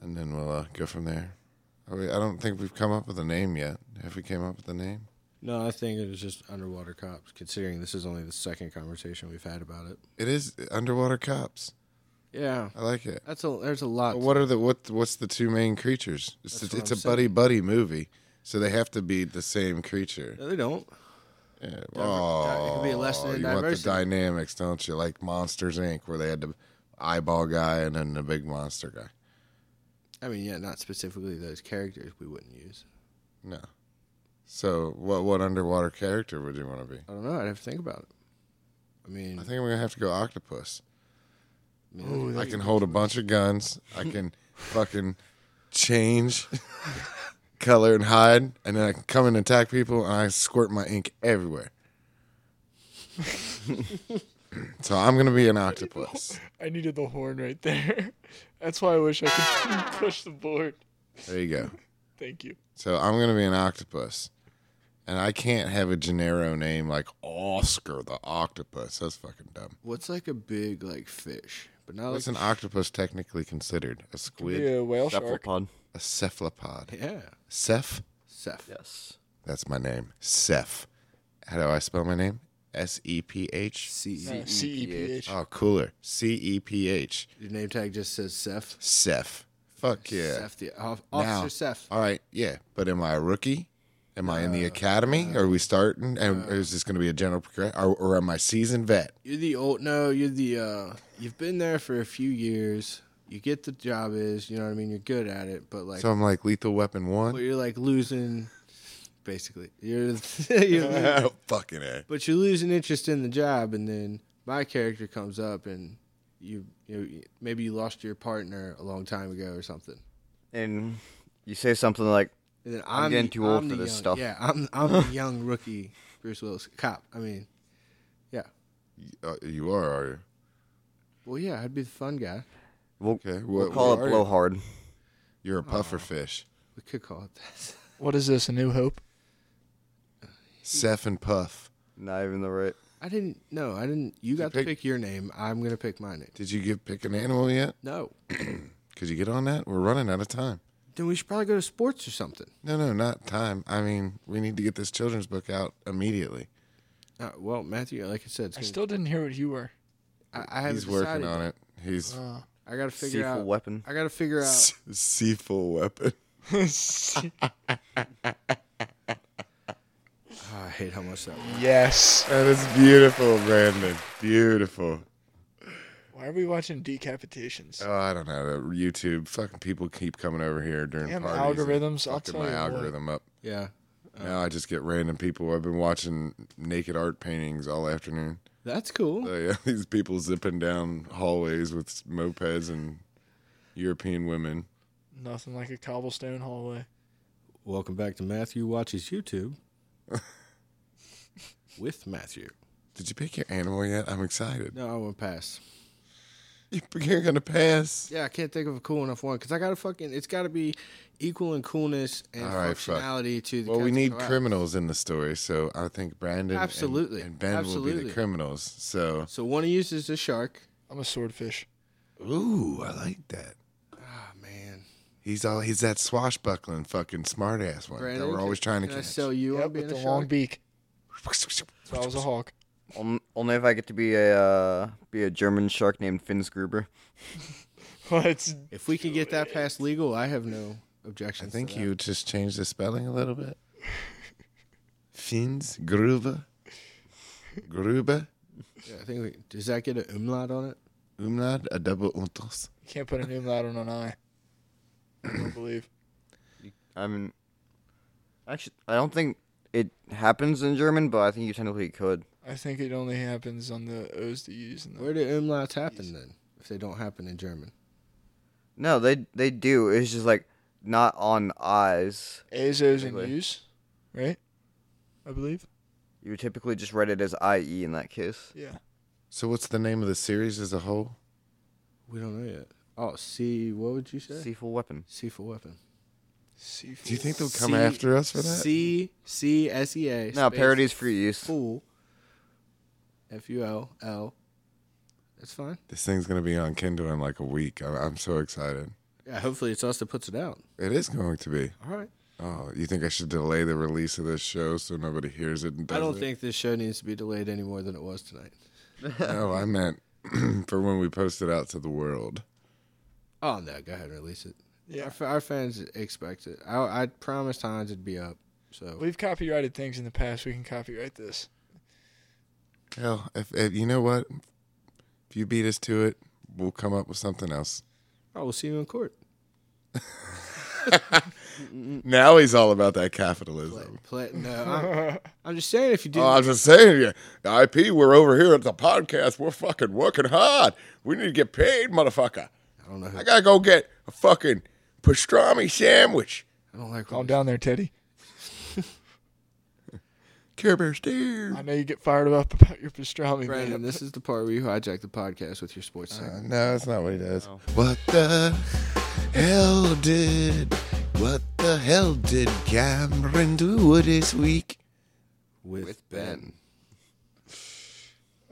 and then we'll uh, go from there. Are we, I don't think we've come up with a name yet. Have we came up with a name?
No, I think it was just underwater cops. Considering this is only the second conversation we've had about it.
It is underwater cops.
Yeah,
I like it.
that's a there's a lot.
But what are the what? What's the two main creatures? It's,
That's
a,
what
it's
I'm
a buddy buddy movie, so they have to be the same creature.
No, they don't.
Yeah.
it could be a lesson
Oh,
in
you want the
diversity.
dynamics, don't you? Like Monsters Inc., where they had the eyeball guy and then the big monster guy.
I mean, yeah, not specifically those characters we wouldn't use.
No. So what? What underwater character would you want to be?
I don't know. I'd have to think about it. I mean,
I think we're gonna have to go octopus.
I mean,
I can hold a bunch of guns. I can fucking change color and hide, and then I can come and attack people, and I squirt my ink everywhere. so I'm gonna be an octopus.
I needed the horn right there. That's why I wish I could push the board.
There you go.
Thank you.
So I'm gonna be an octopus, and I can't have a Gennaro name like Oscar the Octopus. That's fucking dumb.
what's like a big like fish, but not
What's
like
an octopus technically considered? A squid?
Be a whale shark.
Cephalopod.
A cephalopod?
yeah,
Ceph?
Seth.
Yes.
That's my name. Seth. How do I spell my name? S E P H.
C.
C E P H.
Oh, cooler. C E P H.
Your name tag just says Seth.
Seth. Fuck yeah.
Seth, the off,
Now-
officer Seth.
All right, yeah. But am I a rookie? Am I in the academy? Are we starting? And is this going to be a general progression? Or, or am I seasoned vet?
You're the old. No, you're the. uh You've been there for a few years. You get the job is. You know what I mean. You're good at it, but like,
So I'm like Lethal Weapon
but
1?
you're like losing. Basically, you're. you're
Fucking A.
but you're losing interest in the job, and then my character comes up, and you you know, maybe you lost your partner a long time ago or something.
And you say something like,
And then I'm,
I'm getting
the-
too old
I'm
for
the
this
young-
stuff.
Yeah, I'm I'm the young rookie Bruce Willis cop. I mean,
Uh, you are, are you?
well, yeah, I'd be the fun guy.
we'll,
Okay,
we'll
what-
call
what
it
are you?
blowhard.
You're a puffer fish.
We could call it that.
What is this? A new hope?
Seth and Puff.
Not even the right.
I didn't. No, I didn't. You got to
pick-
pick your name. I'm gonna pick my name.
Did you give pick an animal yet?
No.
Could you get on that? We're running out of time.
Then we should probably go to sports or something.
No, no, not time. I mean, we need to get this children's book out immediately.
Uh, well, Matthew, like I said, it's
I
gonna-
still didn't hear what you were.
I, I haven't
He's working
decided
on
yet.
it. He's
Uh.
I gotta figure
Seafood
out.
weapon.
I gotta figure out.
seafull weapon.
Oh, I hate how much that. Was.
yes.
That is beautiful, Brandon. Beautiful.
Why are we watching decapitations?
Oh, I don't know. that YouTube. Fucking people keep coming over here during
Damn
parties. and
algorithms, I'll
Fucking
tell
my
you what. Uh.
algorithm up.
Yeah,
now I just get random people. I've been watching naked art paintings all afternoon.
that's cool.
So, yeah, these people zipping down hallways with mopeds and European women.
Nothing like a cobblestone hallway.
Welcome back to Matthew watches YouTube with Matthew.
Did you pick your animal yet? I'm excited.
No, I won't pass.
You're gonna pass.
Yeah, I can't think of a cool enough one because I gotta fucking. It's gotta be equal in coolness and
All right, fuck.
functionality to the.
Well, we
Captain
need
Corral.
criminals in the story, so I think Brandon and-
Absolutely.
and, Ben will be
Absolutely.
the criminals. So,
So one of you is a shark.
I'm a swordfish.
ooh, I like that.
Ah man,
He's all he's that swashbuckling fucking smartass one that we're always trying to
can I
catch.
sell you
Yep,
on being
with
a
the
shark?
long beak. So I was a hawk.
On- Only if I get to be a uh, be a German shark named Finns Gruber.
What?
If we can get that past legal, I have no
I
objections. to
think
that.
you just changed the spelling a little bit. Fins Gruber, Gruber,
Yeah, I think we, does that get an umlaut on it?
Umlad, a double untos.
You can't put an umlaut on an eye. I don't believe.
I mean, actually, I don't think it happens in German, but I think you technically could.
I think it only happens on the O's that you use in the
Where do umlauts happen then? If they don't happen in German,
No, they they do. It's just like not on eyes.
A's, O's, and
Technically.
U's, right? I believe.
You would typically just write it as IE in that case.
Yeah.
So, what's the name of the series as a whole?
we don't know yet. Oh, C. What would you say? C,
Seafood weapon.
for weapon.
Seafood.
Do you think they'll come
C-
after us for that?
C C S E A.
No,
space
parodies free use.
Fool. F U L L. That's fine.
this thing's gonna be on Kindle in like a week. I'm, I'm so excited.
Yeah, hopefully it's us that puts it out.
It is going to be.
All right.
Oh, you think I should delay the release of this show so nobody hears it? And does
I don't
it?
think this show needs to be delayed any more than it was tonight.
No, I meant for when we post it out to the world.
Oh no, go ahead and release it.
Yeah.
our, f- our fans expect it. I, I promised Hines it'd be up. So
We've copyrighted things in the past. We can copyright this.
Hell, if, if you know what, if you beat us to it, we'll come up with something else.
oh, we'll see you in court.
Now he's all about that capitalism.
Pla- no, I'm, I'm just saying if you do,
Oh, I was just saying, yeah, the IP, we're over here at the podcast. We're fucking working hard. We need to get paid, motherfucker.
I don't know. Who,
I gotta go get a fucking pastrami sandwich.
I don't like.
Calm down there, Teddy.
Care Bear Steer.
I know you get fired up about your pastrami,
Brandon,
man.
this is the part where you hijack the podcast with your sports segment.
Uh, No, that's not what he does. What the hell did what the hell did Cameron do this week?
with, Ben.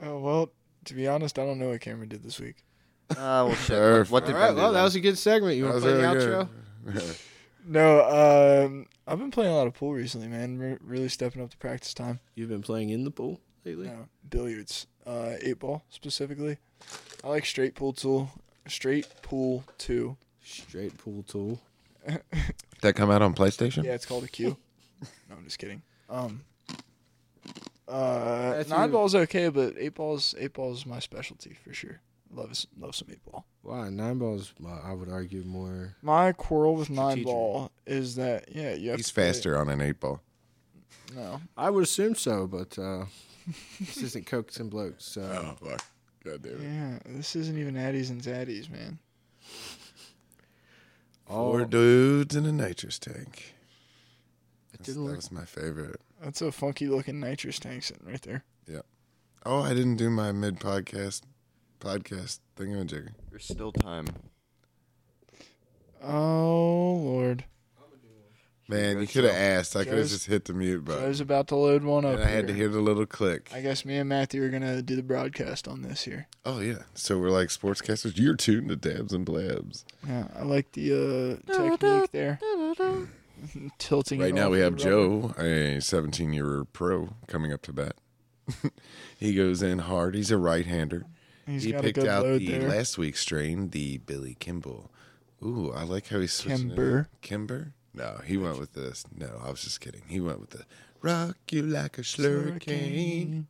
Oh well, to be honest, I don't know what Cameron did this week.
Ah, well, shit.
Surf.
What, what did
All
Ben
right,
do
well, that
then?
was a good segment. You want to play the outro?
No, um, I've been playing a lot of pool recently, man. Re- really stepping up the practice time.
You've been playing in the pool lately.
No, billiards, uh, eight ball specifically. I like straight pool tool, straight pool two.
Straight pool tool.
that come out on PlayStation?
Yeah, it's called a cue. no, I'm just kidding. Um, uh,
Matthew-
nine ball's okay, but eight balls, eight balls my specialty for sure. Love is love some eight ball.
Wow, nine balls. uh, I would argue more.
My quarrel with nine
Strategic.
ball is that yeah, you have
He's
to play-
faster on an eight ball.
No,
I would assume so, but uh, this isn't cokes and blokes. So
Oh fuck. God damn it.
yeah, this isn't even Addies and Zaddies, man.
all,
Four
it
dudes in a nitrous tank. That's, that
didn't work.
was my favorite.
That's a funky looking nitrous tank sitting right there.
Oh, I didn't do my mid podcast podcast thingamajigger.
There's still time.
Oh lord,
Man, you
Good
could have
show.
asked. I could have
Joe's-
just hit the mute
I was
button.
about to load one up.
And I had to
here.
hear the little click.
I guess me and Matthew are gonna do the broadcast on this here.
Oh yeah. So we're like sportscasters. You're tuned to dabs and blabs.
Yeah, I like the uh, technique there. Tilting. it
Right now
off
we
the
have
rubber.
Joe, a 17 year pro, coming up to bat. he goes in hard. He's a right hander.
He's
He
got
picked
a good
out
load
the
there.
last week's strain, the Billy Kimball. Ooh, I like how he's switching. it up.
Kimber.
Kimber? No, he went with this. No, I was just kidding. He went with the rock you like a slurricane.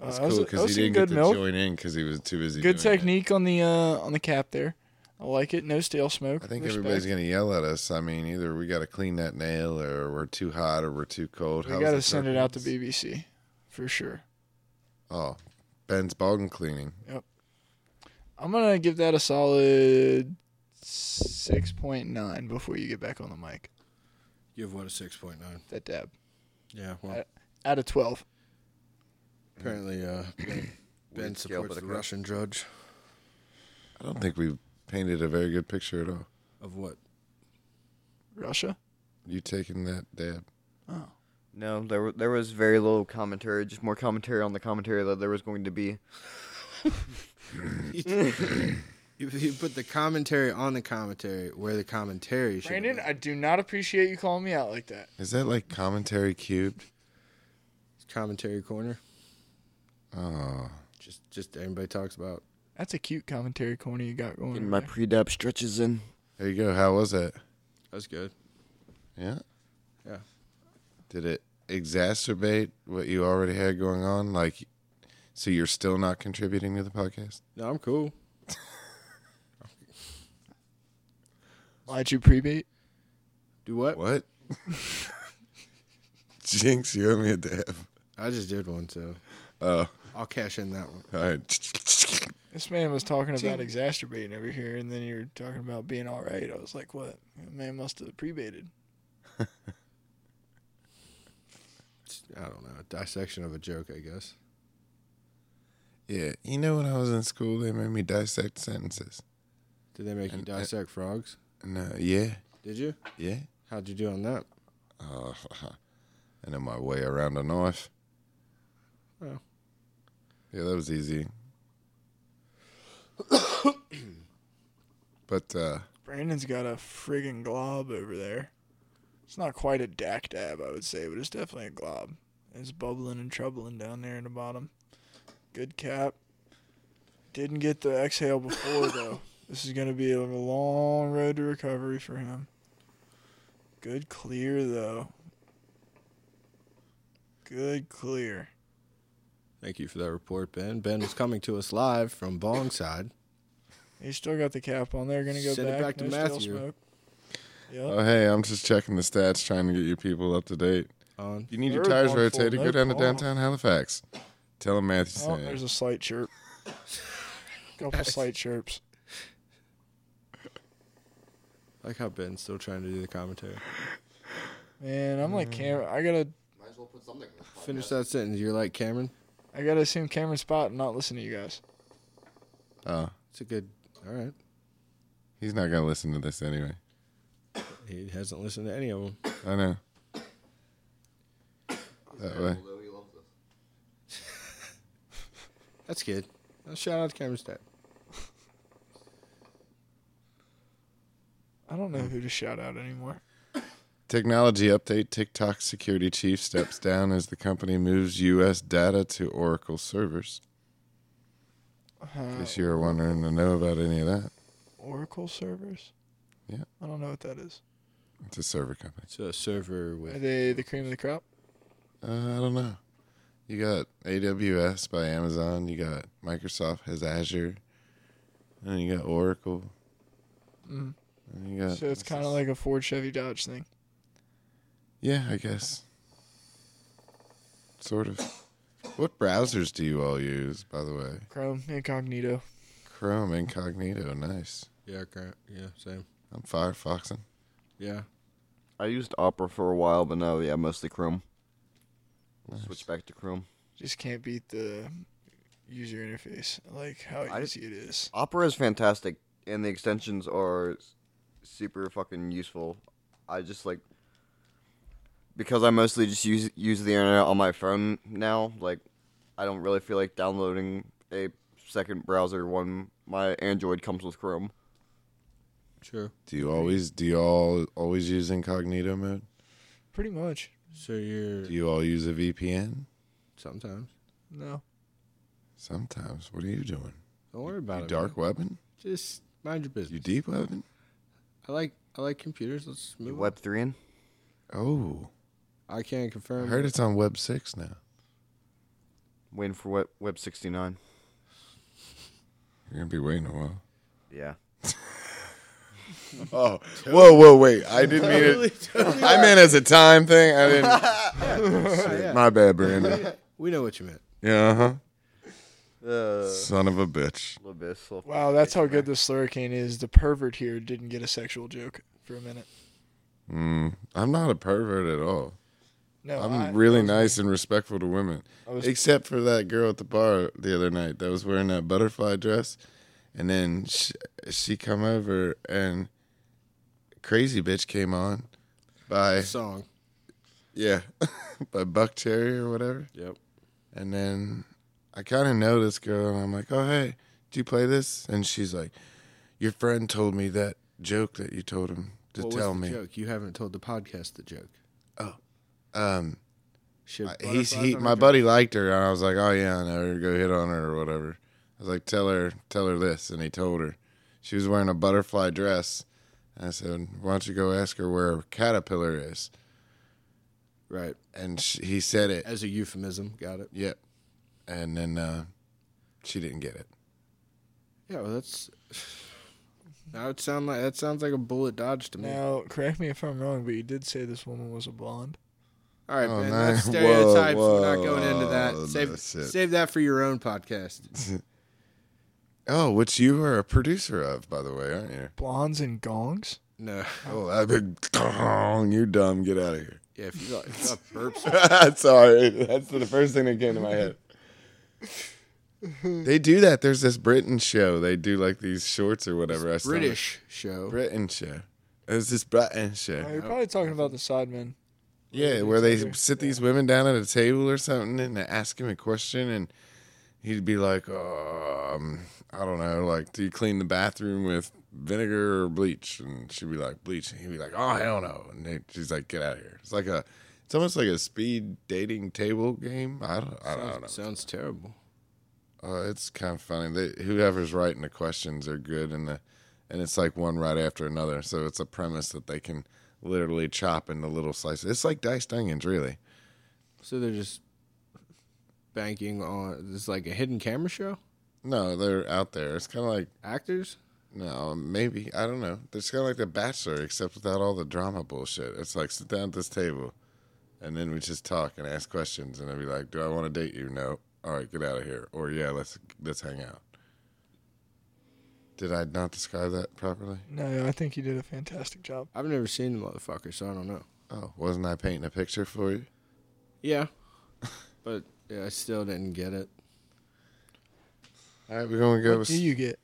Uh,
That's
that
cool
was a- that was
because he
some
didn't
good
get to
milk.
join in because he was too busy.
Good
doing it.
technique on the uh, on the cap there. I like it. No stale smoke.
I think
Respect.
everybody's gonna yell at us. I mean, either we gotta clean that nail, or we're too hot, or we're too cold. How
We
was
gotta
the
send it out to
turbulence?
BBC for sure.
Oh, Ben's bog and cleaning.
I'm gonna give that a solid six point nine before you get back on the mic.
you have what a six point nine.
That dab
Yeah. Well,
I- out of twelve.
apparently, uh, Ben, ben
Weird scale,
supports
but
the
a crap.
Russian judge
I don't think we've painted a very good picture at all.
of what?
Russia. Oh.
You taking that dab?
No, there wa- there was very little commentary. Just more commentary on the commentary that there was going to be.
You, you put the commentary on the commentary where the commentary should. have
Brandon,
been.
I do not appreciate you calling me out like that.
Is that like commentary cubed?
commentary corner.
Oh,
Just, just everybody talks about.
That's a cute commentary corner you got going.
Getting
over
my
there.
pre-dab stretches in.
there you go. How was it?
That's good.
Yeah.
Yeah.
Did it exacerbate what you already had going on? Like, so you're still not contributing to the podcast?
No, I'm cool.
Lied you pre-bait.
Do what?
What? Jinx, you owe me a dab.
I just did one, so
Oh,
I'll cash in that one.
all right.
This man was talking about exacerbating over here, and then you were talking about being all right. I was like, what? That man must have pre-baited.
It's- I don't know. Dissection of a joke, I guess.
Yeah, you know when I was in school, they made me dissect sentences.
Did they make you
And-
dissect frogs?
And uh, yeah,
Did you?
yeah.
How'd you do on that?
Uh, and then my way around a knife.
Oh.
Yeah, that was easy. but uh,
Brandon's got a friggin' glob over there. It's not quite a dak dab, I would say, but it's definitely a glob. It's bubbling and troubling down there in the bottom. Good cap. Didn't get the exhale before though. This is gonna be a long road to recovery for him. Good clear though. Good clear.
Thank you for that report, Ben. Ben was coming to us live from Bongside.
He's still got the cap on there. Gonna go
Send it back
back,
to
no stale
Matthew.
Smoke. Yep.
Oh, hey, I'm just checking the stats, trying to get you people up to date.
On
If you need your
Third
tires
one full,
rotated,
no
go down to
problem.
downtown Halifax. Tell him Matthew
Oh,
said.
there's a slight chirp. Couple slight chirps.
like how Ben's still trying to do the commentary.
Man, I'm
Mm.
like Cam. I gotta,
Might as well put something. in the
Finish that sentence. You're like Cameron.
I gotta assume Cameron's spot and not listen to you guys.
oh,
It's a good. All right.
he's not gonna listen to this anyway.
He hasn't listened to any of them.
I know. That way.
podcast, although he loves us.
That's good. Uh, Shout out to Cameron's dad.
I
Mm.
don't know who to shout out anymore.
Technology update TikTok security chief steps down as the company moves U.S. data to Oracle servers. In
Uh,
case you were wondering to know about any of that,
Oracle servers.
Yeah.
I don't know what that is.
it's a server company.
So a server
Are
with
they the cream of the crop?
Uh, I don't know. You got AWS by Amazon. You got Microsoft has Azure, and you got Oracle.
Mm.
And you got
so it's kind of like a Ford Chevy Dodge thing.
yeah, I guess. Sort of. What browsers do you all use, by the way?
Chrome incognito.
Chrome Incognito, nice.
yeah, cur- yeah, same.
I'm Firefoxing.
Yeah,
I used Opera for a while, but no, yeah, mostly Chrome. Switch back to Chrome.
Just can't beat the user interface. I like how
I-
easy it is.
Opera is fantastic, and the extensions are s- super fucking useful. I just like because I mostly just use use the internet on my phone now. Like, I don't really feel like downloading a second browser when my Android comes with Chrome.
sure.
Do you always do you all always use incognito mode?
Pretty much.
So you're
Do you all use a VPN?
sometimes.
No.
Sometimes. What are you doing?
Don't worry about
You
it.
dark weapon?
man. Just mind your business.
You deep weapon?
I like I like computers. Let's move.
Web three in.
Oh.
on. I can't
I
confirm.
heard it's on Web six now.
Waiting for Web Web sixty nine.
You're gonna be waiting a while.
Yeah.
Oh, whoa, whoa, wait! I didn't mean it. I meant as a time thing. I didn't. Shit, my bad, Brandon.
We know what you meant.
Yeah, uh-huh.
Uh,
son of a bitch.
little bit slow.
Wow, that's how good this slurricane is. The pervert here didn't get a sexual joke for a minute.
Mm, I'm not a pervert at all.
No,
I'm
I-
really nice and respectful to women,
I was-
except for that girl at the bar the other night that was wearing that butterfly dress, and then she, she come over and crazy bitch came on by
Song.
yeah by Buck Cherry or whatever.
Yep.
And then I kind of know this girl, and I'm like, oh, hey, do you play this? And she's like, your friend told me that joke that you told him to
What was
tell
the
me.
joke? You haven't told the podcast the joke.
Um,
Should
I- he's, he,
butterflies
my
on a
buddy liked her, and I was like, oh, yeah, I know her, go hit on her or whatever. I was like, tell her, tell her this. And he told her. She was wearing a butterfly dress. And I said, why don't you go ask her where a caterpillar is?
dra- Right.
And she, he said it.
As a euphemism. Got it.
Yep. And then uh, she didn't get it.
Yeah. Well, that's. That would sound like that sounds like a bullet dodge to me.
Now, correct me if I'm wrong, but you did say this woman was a blonde.
All right,
Oh,
Ben.
man.
That's stereotypes.
Whoa,
We're not
whoa,
going into
whoa,
that.
no
Save
shit.
save that for your own podcast.
Oh, which you are a producer of, by the way, aren't you?
Blondes and gongs?
No.
Oh, that big you dumb. Get out of here.
Yeah. If you got, if you got burps.
Sorry, that's the first thing that came to my head. they do that. There's this Britain show. They do like these shorts or whatever. I saw it.
British show.
Britain show. There's this Britain show.
Oh, you're probably talking about the Sidemen.
Yeah, where they
together.
sit these women down at a table or something and they ask him a question and he'd be like, um, I don't know, like, do you clean the bathroom with vinegar or bleach? And she'd be like, bleach. And he'd be like, oh, hell no. And they, she's like, get out of here. It's like a, it's almost like a speed dating table game. I don't, I don't know.
Sounds terrible.
Uh, it's kind of funny. They, whoever's writing the questions are good, and the, and it's like one right after another. So it's a premise that they can literally chop into little slices. It's like diced onions, really.
So they're just banking on this like a hidden camera show.
No, they're out there. It's kind of like
Actors.
no, maybe I don't know. It's kind of like The Bachelor, except without all the drama bullshit. It's like sit down at this table, and then we just talk and ask questions, and I'd be like, "Do I want to date you? No. All right, get out of here." Or yeah, let's let's hang out. Did I not describe that properly?
No, I think you did a fantastic job.
I've never seen the motherfucker, so I don't know.
Oh, wasn't I painting a picture for you?
Yeah, but yeah, I still didn't get it.
All right, we're gonna go
What
with
do you get,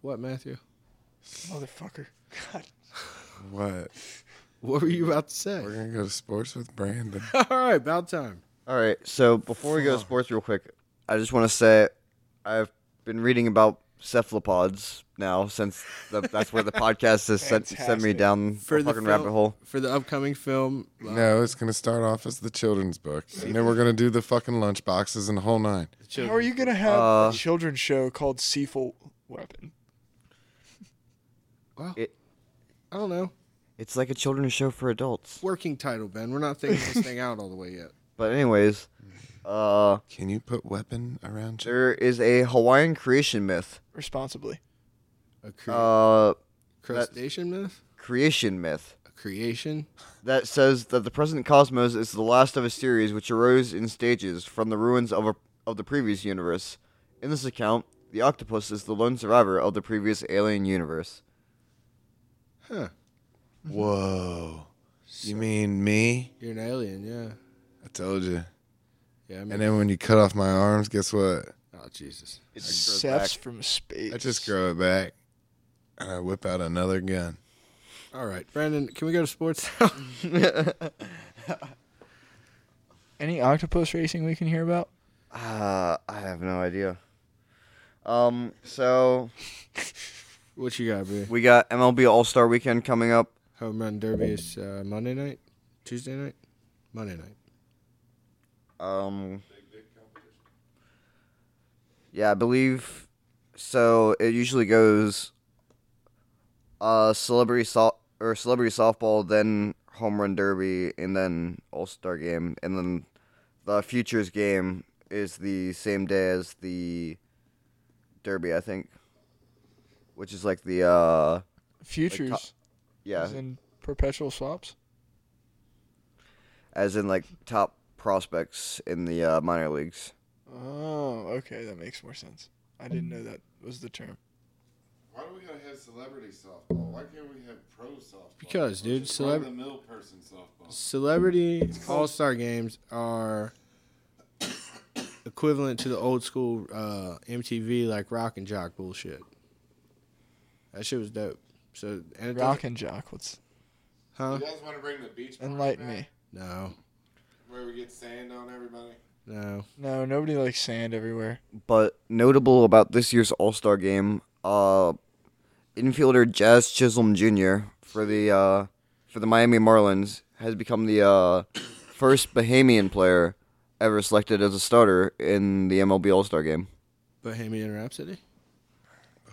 What, Matthew?
motherfucker? God,
what?
What were you about to say?
We're gonna go to sports with Brandon.
All right, about time.
All right. So before we go to sports, real quick, I just want to say I've been reading about cephalopods now since the, that's where the podcast has sent, sent me
Fantastic.
down a
the
fucking rabbit
film-
hole.
for the upcoming film. uh,
no, it's gonna start off as the children's book, and then we're gonna do the fucking lunch boxes and the whole nine.
children-
how are you gonna have
Uh,
a children's show called Seafull Weapon?
I don't know.
It's like a children's show for adults.
Working title, Ben. We're not thinking this thing out all the way yet.
But anyways, uh,
Can you put weapon around? chil-
there is a Hawaiian creation myth.
Responsibly.
A cre-
Uh,
crustacean myth.
creation myth.
A creation.
that says that the present cosmos is the last of a series which arose in stages from the ruins of, a, of the previous universe. In this account, the octopus is the lone survivor of the previous alien universe.
Huh.
Whoa! You mean me?
You're an alien, yeah.
I told you.
Yeah. I mean,
And then when you cut off my arms, guess what?
oh Jesus.
It's
Cephs from space.
I just grow it back, and I whip out another gun.
All right, Brandon. Can we go to sports?
Any octopus racing we can hear about?
Uh, I have no idea. Um, so
what you got, bro?
we got MLB All Star Weekend coming up.
Home run derby is uh, Monday night, Tuesday night, Monday night.
Um, yeah, I believe so. It usually goes uh, celebrity so- or celebrity softball, then home run derby, and then All Star game, and then the futures game is the same day as the derby, I think, which is like the uh,
Futures.
yeah,
As in perpetual swaps?
as in like top prospects in the uh, minor leagues.
Oh, okay. That makes more sense. I didn't know that was the term.
Why do we gotta have celebrity softball? Why can't we have pro softball?
Because, dude, Just celeb-
mill person softball.
Celebrity All Star games are equivalent to the old school uh, MTV like rock and jock bullshit. That shit was dope. So and it
Rock and Jock. What's
doesn't- huh?
guys want to bring the beach?
enlighten me?
No,
Where we get sand on everybody.
no.
No, nobody likes sand everywhere.
but notable about this year's All Star game, uh, infielder Jazz Chisholm Jr. for the uh, for the Miami Marlins has become the uh, first Bahamian player ever selected as a starter in the MLB All Star game,
Bohemian Rhapsody.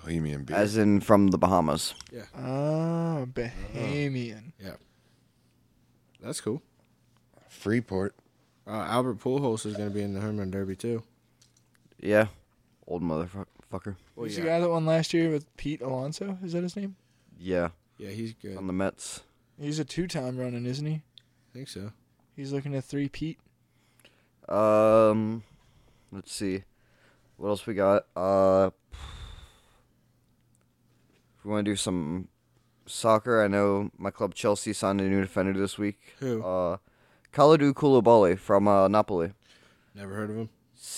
Bohemian beer.
as in from the Bahamas.
Oh,
Oh.
Bahamian.
That's cool.
Freeport.
Uh, Albert Pujols is going to be in the home run derby too.
Yeah, old motherfucker.
Well,
He's
yeah.
the guy that won last year with Pete Alonso. Is that his name?
Yeah,
yeah, he's good.
on the Mets.
He's a two-time running, isn't he?
I think so.
He's looking at three Pete.
Um, let's see, what else we got? Uh, if we want to do some soccer, I know my club Chelsea signed a new defender this week.
Who?
Uh, Kalidou Koulibaly from uh, Napoli.
Never heard of him.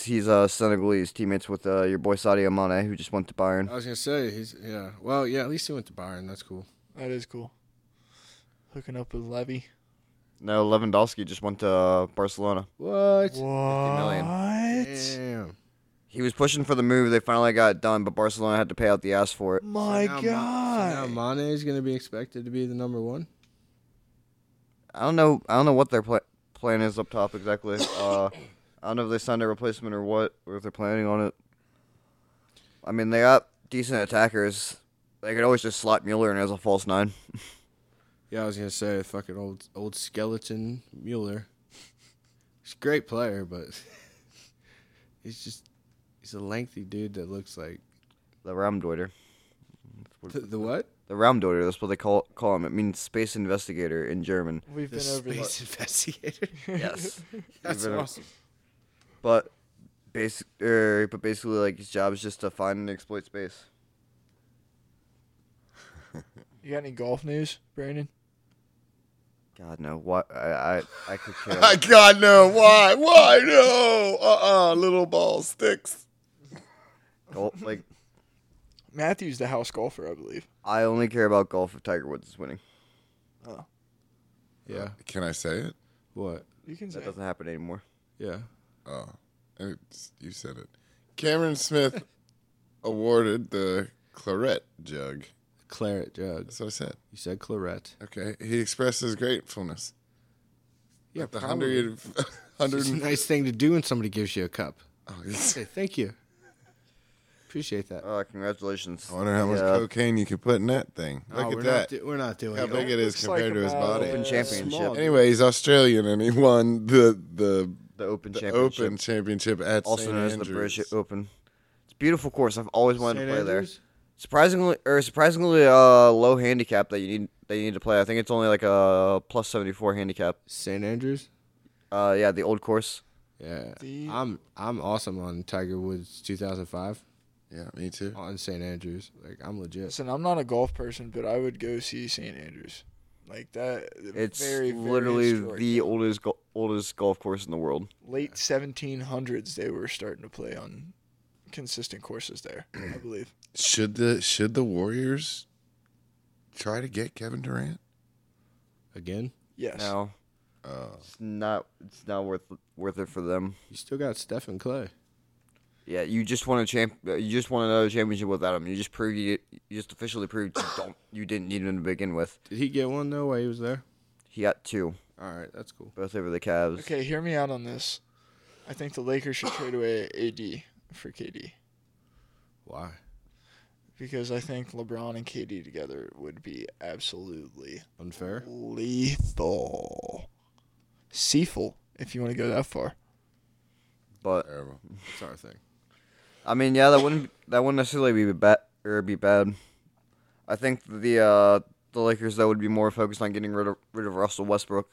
He's uh, Senegalese, teammates with uh, your boy Sadio Mane, who just went to Bayern.
I was going to say he's yeah. Well, yeah. At least he went to Byron. That's cool.
That is cool. Hooking up with Levy.
No, Lewandowski just went to uh, Barcelona.
What?
What?
million.
Damn.
He was pushing for the move. They finally got it done, but Barcelona had to pay out the ass for it.
My
Now Ma- so
God.
now Mane is going to be expected to be the number one.
I don't know. I don't know what their pla- plan is up top exactly. Uh, I don't know if they signed a replacement or what, or if they're planning on it. I mean, they got decent attackers. They could always just slot Mueller in as a false nine.
Yeah, I was going to say fucking old old skeleton Mueller. He's a great player, but he's just he's a lengthy dude that looks like
The Ramdeuter.
the, the what?
The Ramdeuter. That's what they call call him. It means space investigator in German.
We've
The
been over
space investigator.
Yes.
That's
Even if-
awesome.
But basic, er, but basically, like his job is just to find and exploit space.
that. You got any golf news, Brandon?
God no, what I I, I could care.
I God no! Why? Why no? Uh uh Little ball sticks.
Gol- like
Matthew's the house golfer, I believe.
I only care about golf if Tiger Woods is winning.
Yeah.
Can I say it?
What?
You can say
That doesn't happen anymore.
Yeah.
Oh, it's- you said it. Cameron Smith awarded the claret jug.
Claret jug.
That's what I said.
You said claret.
Okay, he expressed his gratefulness.
Yeah,
The
probably.
hundred, hundred.
It's a nice thing to do when somebody gives you a cup.
Oh, it's- Oh,
Say thank you. Appreciate that.
Uh, congratulations.
I wonder how much
Yeah.
cocaine you could put in that thing.
Oh,
Look
we're
at
Not
that.
do- we're not doing
how
it.
big it is
Looks like
compared to his
about,
body.
Open
Uh,
championship.
small.
Anyway, he's Australian and he won the the,
The Open
the
Championship.
Open Championship at
also
St.
known as the
Andrews.
British Open. It's a beautiful course. I've always wanted
St.
to play
Oh, Andrews?
there. Surprisingly, or surprisingly uh, low handicap that you need that you need to play. I think it's only like a plus seventy four handicap.
St. Andrews.
Uh, yeah, the old course.
Yeah.
The-
I'm I'm awesome on Tiger Woods 2005
Yeah, me too.
on St. Andrews. Like I'm legit.
Listen, I'm not a golf person, but I would go see St. Andrews. Like that.
It's
very, very
literally
historic.
the oldest go- oldest golf course in the world.
late 1700s. They were starting to play on consistent courses there, I believe.
Should the should the Warriors try to get Kevin Durant?
Again,
Yes.
No, it's not. It's not worth worth it for them.
you still got Stephen Clay.
Yeah, you just won a champ. uh, You just won another championship without him. You just proved you, you just officially proved you don't. You didn't need him to begin with.
Did he get one though while he was there?
He got two,
All right, that's cool.
both over the Cavs.
Okay, hear me out on this. I think the Lakers should trade away AD for KD
Why?
because I think LeBron and KD together would be absolutely
Unfair.
lethal. Seaful, if you want to go that far.
But
Terrible.
That's our thing.
I mean, yeah, that wouldn't that wouldn't necessarily be bad or be bad. I think the uh, the Lakers though would be more focused on getting rid of rid of Russell Westbrook.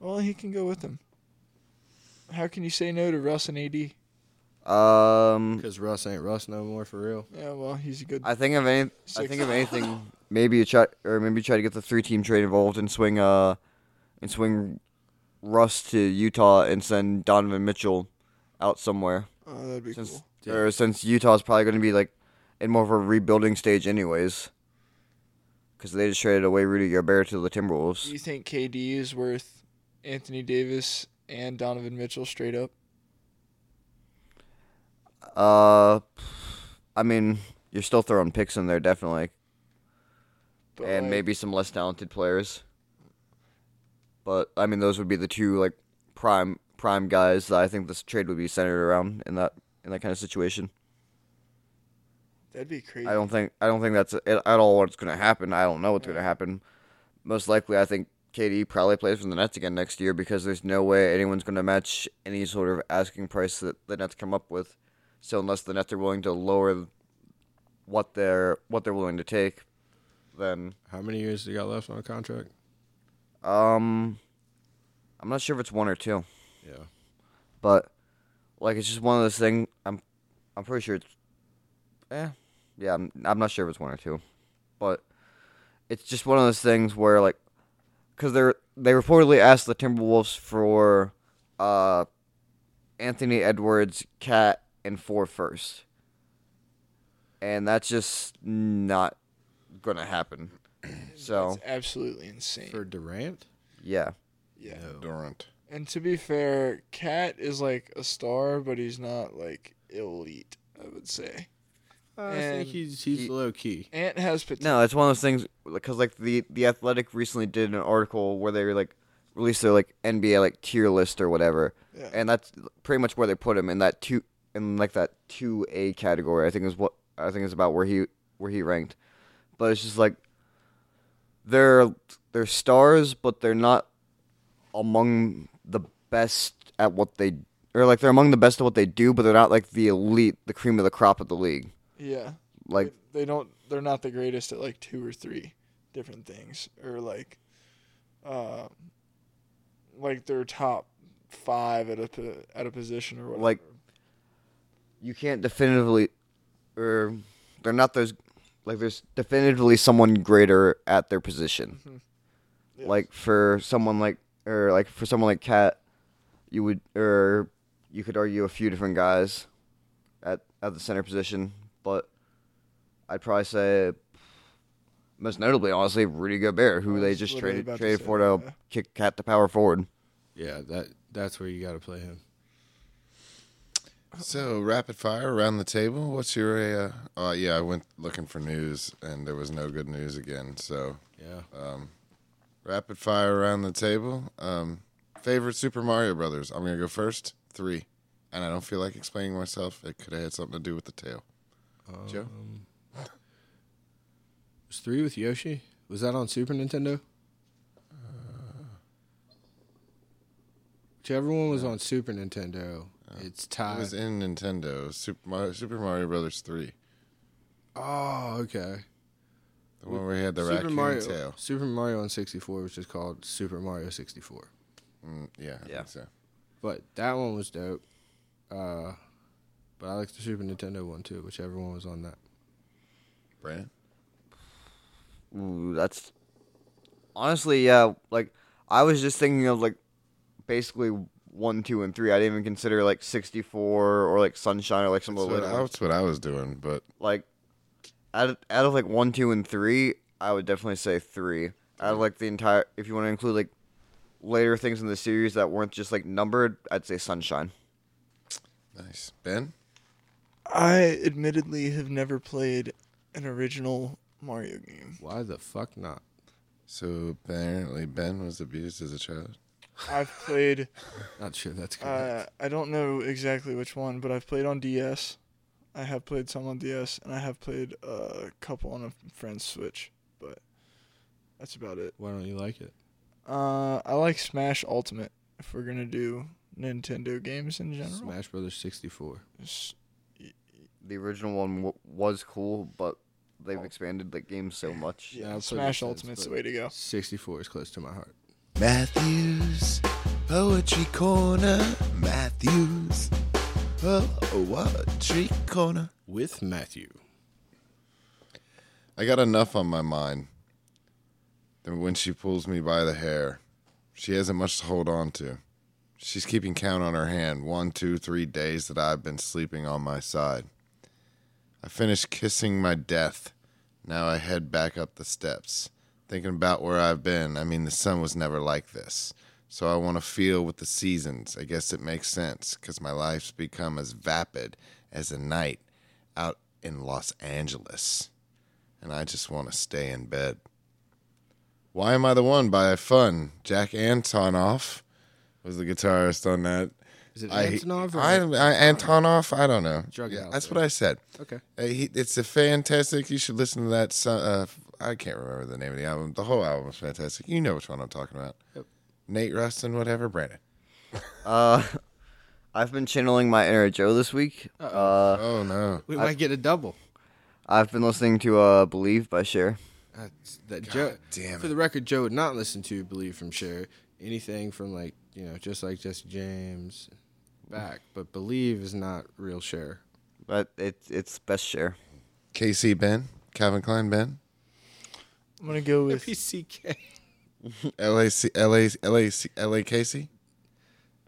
Well, he can go with them. How can you say no to Russ and AD?
Um,
Because Russ ain't Russ no more for real.
Yeah, well, he's a good.
I think of any. I
Six.
think of anything. Maybe you try, or maybe try to get the three-team trade involved and swing. Uh, and swing Russ to Utah and send Donovan Mitchell out somewhere.
oh, that'd be
Since
cool.
or since Utah's probably going to be like in more of a rebuilding stage, anyways. Because they just traded away Rudy Gobert to the
Do
Timberwolves.
you think KD is worth Anthony Davis and Donovan Mitchell straight up?
Uh, I mean, you're still throwing picks in there, definitely,
But,
and
like,
maybe some less talented players. But I mean, those would be the two like prime prime guys that I think this trade would be centered around in that in that kind of situation.
that'd be crazy.
I don't think I don't think that's at at all what's going to happen. I don't know what's going to happen. Most likely, I think KD probably plays for the Nets again next year because there's no way anyone's going to match any sort of asking price that the Nets come up with. So unless the Nets are willing to lower what they're what they're willing to take, then
How many years do you got left on a contract?
um, I'm not sure if it's one or two.
Yeah.
but like it's just one of those things. I'm I'm pretty sure it's eh, yeah. I'm I'm not sure if it's one or two, but it's just one of those things where like because they're they reportedly asked the Timberwolves for uh Anthony Edwards, Cat, and four first, and that's just not gonna happen. So
It's absolutely insane.
For Durant?
yeah,
yeah.
Durant.
And to be fair, Cat is like a star, but he's not like elite, I would say.
Uh, I think
And
he's he's
he-
low key.
Ant has potential.
No, it's one of those things because like the the Athletic recently did an article where they like released their like NBA like tier list or whatever,
Yeah.
and that's pretty much where they put him in that two in like that two A category. I think is what I think is about where he where he ranked, but it's just like they're they're stars, but they're not among the best at what they or like they're among the best at what they do, but they're not like the elite, the cream of the crop of the league.
Yeah.
Like
they don't they're not the greatest at like two or three different things or like uh like they're top 5 at a po- at a position or whatever.
like you can't definitively or they're not those like there's definitively someone greater at their position
Mm-hmm. Yes.
like for someone like or like for someone like cat you would or you could argue a few different guys at at the center position but i'd probably say most notably honestly rudy gobert who
I
they
was
just
literally
traded
about to
traded
say
for
that,
to
yeah.
kick cat to power forward
Yeah, that that's where you got to play him.
So rapid fire around the table. What's your? Uh, uh, yeah, I went looking for news and there was no good news again. So
Yeah. Uh,
rapid fire around the table. Um, favorite Super Mario Brothers. I'm gonna go first. Three, and I don't feel like explaining myself. It could have had something to do with the tail. Joe.
was three with Yoshi? Was that on Super Nintendo?
Uh,
Whichever one was on Super Nintendo, it's
Uh, It
tied.
was in Nintendo Super Mario, Super Mario Brothers three,
oh, okay.
the one where he had the
Super
raccoon
Mario.
tail.
Super Mario on 64, which is called Super Mario 64.
Mm, yeah, I
Yeah.
think so.
But that one was dope. Uh, but I like the Super Nintendo one too, whichever one was on that.
Brand.
Ooh, that's honestly, yeah. Like I was just thinking of like basically one, two, and three. I didn't even consider like sixty four or like sunshine or like some
That's
of the
what,
later ones.
that's what I was doing, but
Like out of, out of like one, two, and three, I would definitely say three. Out of like the entire, if you want to include like later things in the series that weren't just like numbered, I'd say sunshine.
nice. Ben.
I admittedly have never played an original Mario game.
Why the fuck not?
So apparently Ben was abused as a child.
I've played
Not sure that's good.
uh, I don't know exactly which one, but I've played on DS. I have played some on DS and I have played a couple on a friend's Switch, but that's about it.
Why don't you like it?
Uh, I like Smash Ultimate. If we're gonna do Nintendo games in general,
Smash Brothers 64.
S-
The original one w- was cool, but
Oh.
they've expanded the game so much.
yeah,
I'll play
Smash
those
Ultimate's
but
the way to go.
64 is close to my heart.
Matthews, Poetry Corner. Matthews, Oh, Poetry Corner.
With Matthew.
I got enough on my mind. Then when she pulls me by the hair, she hasn't much to hold on to. She's keeping count on her hand one, two, three days that I've been sleeping on my side. I finished kissing my death. Now I head back up the steps. Thinking about where I've been, I mean, the sun was never like this. So I want to feel with the seasons. I guess it makes sense because my life's become as vapid as a night out in Los Angeles and I just want to stay in bed. Why Am I the One by Fun? Jack Antonoff was the guitarist on that.
Is it
I,
Antonov or-
I, I, Antonoff? I don't know.
Drug it
Yeah,
out
that's
there.
what I said.
Okay.
Uh, he, it's a fantastic. You should listen to that. so- Uh, I can't remember the name of the album. The whole album is fantastic. You know which one I'm talking about. Nate Rustin, whatever. Brandon.
Uh, I've been channeling my inner Joe this week. Uh,
Oh no.
We might get a double.
I've been listening to uh, "Believe" by Cher.
That's, that Joe,
damn
for the record, Joe would not listen to "Believe" from Cher. Anything from like you know, just like Jesse James, back. But "Believe" is not real Cher.
But it, it's best Cher.
KC Ben, Calvin Klein Ben,
I'm gonna go with
PCK.
LAC, LA, LAC, LAKC.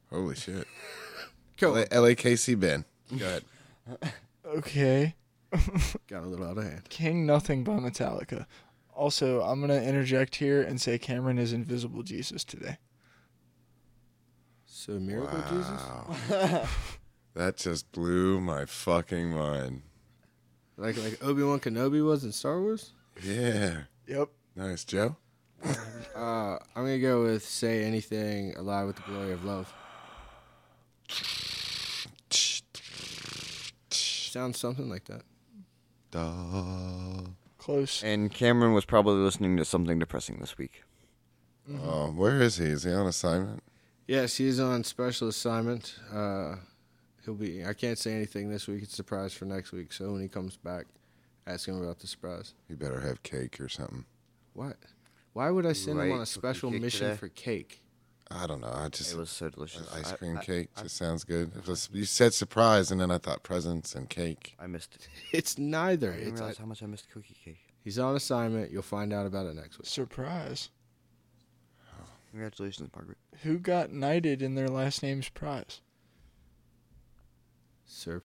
Holy shit.
Go.
L- LAKC Ben. Go ahead.
okay.
Got a little out of hand.
King Nothing by Metallica. Also, I'm gonna interject here and say Cameron is Invisible Jesus today.
So miracle Jesus.
That just blew my fucking mind.
Like like Obi Wan Kenobi was in Star Wars.
Yeah.
Yep.
Nice, Joe.
Uh, I'm gonna go with "Say Anything" alive with the glory of love. Sounds something like that.
Close.
And Cameron was probably listening to something depressing this week.
Oh, where is he? Is he on assignment?
Yes, he's on special assignment. Uh, he'll be. I can't say anything this week. It's a surprise for next week. So when he comes back, ask him about the surprise.
He better have cake or something.
What? Why would I send
Right,
him on
fucking
a special
cake
mission
today.
for cake?
I don't know. I just
It was so delicious.
ice
I-
cream
I-
cake just sounds good. It was- you said surprise, and then I thought presents and cake.
I missed it.
It's neither.
I didn't
It's,
realize how much I missed cookie cake.
he's on assignment. You'll find out about it next week.
Surprise.
Congratulations, Margaret.
Who got knighted in their last name's prize?
Surprise.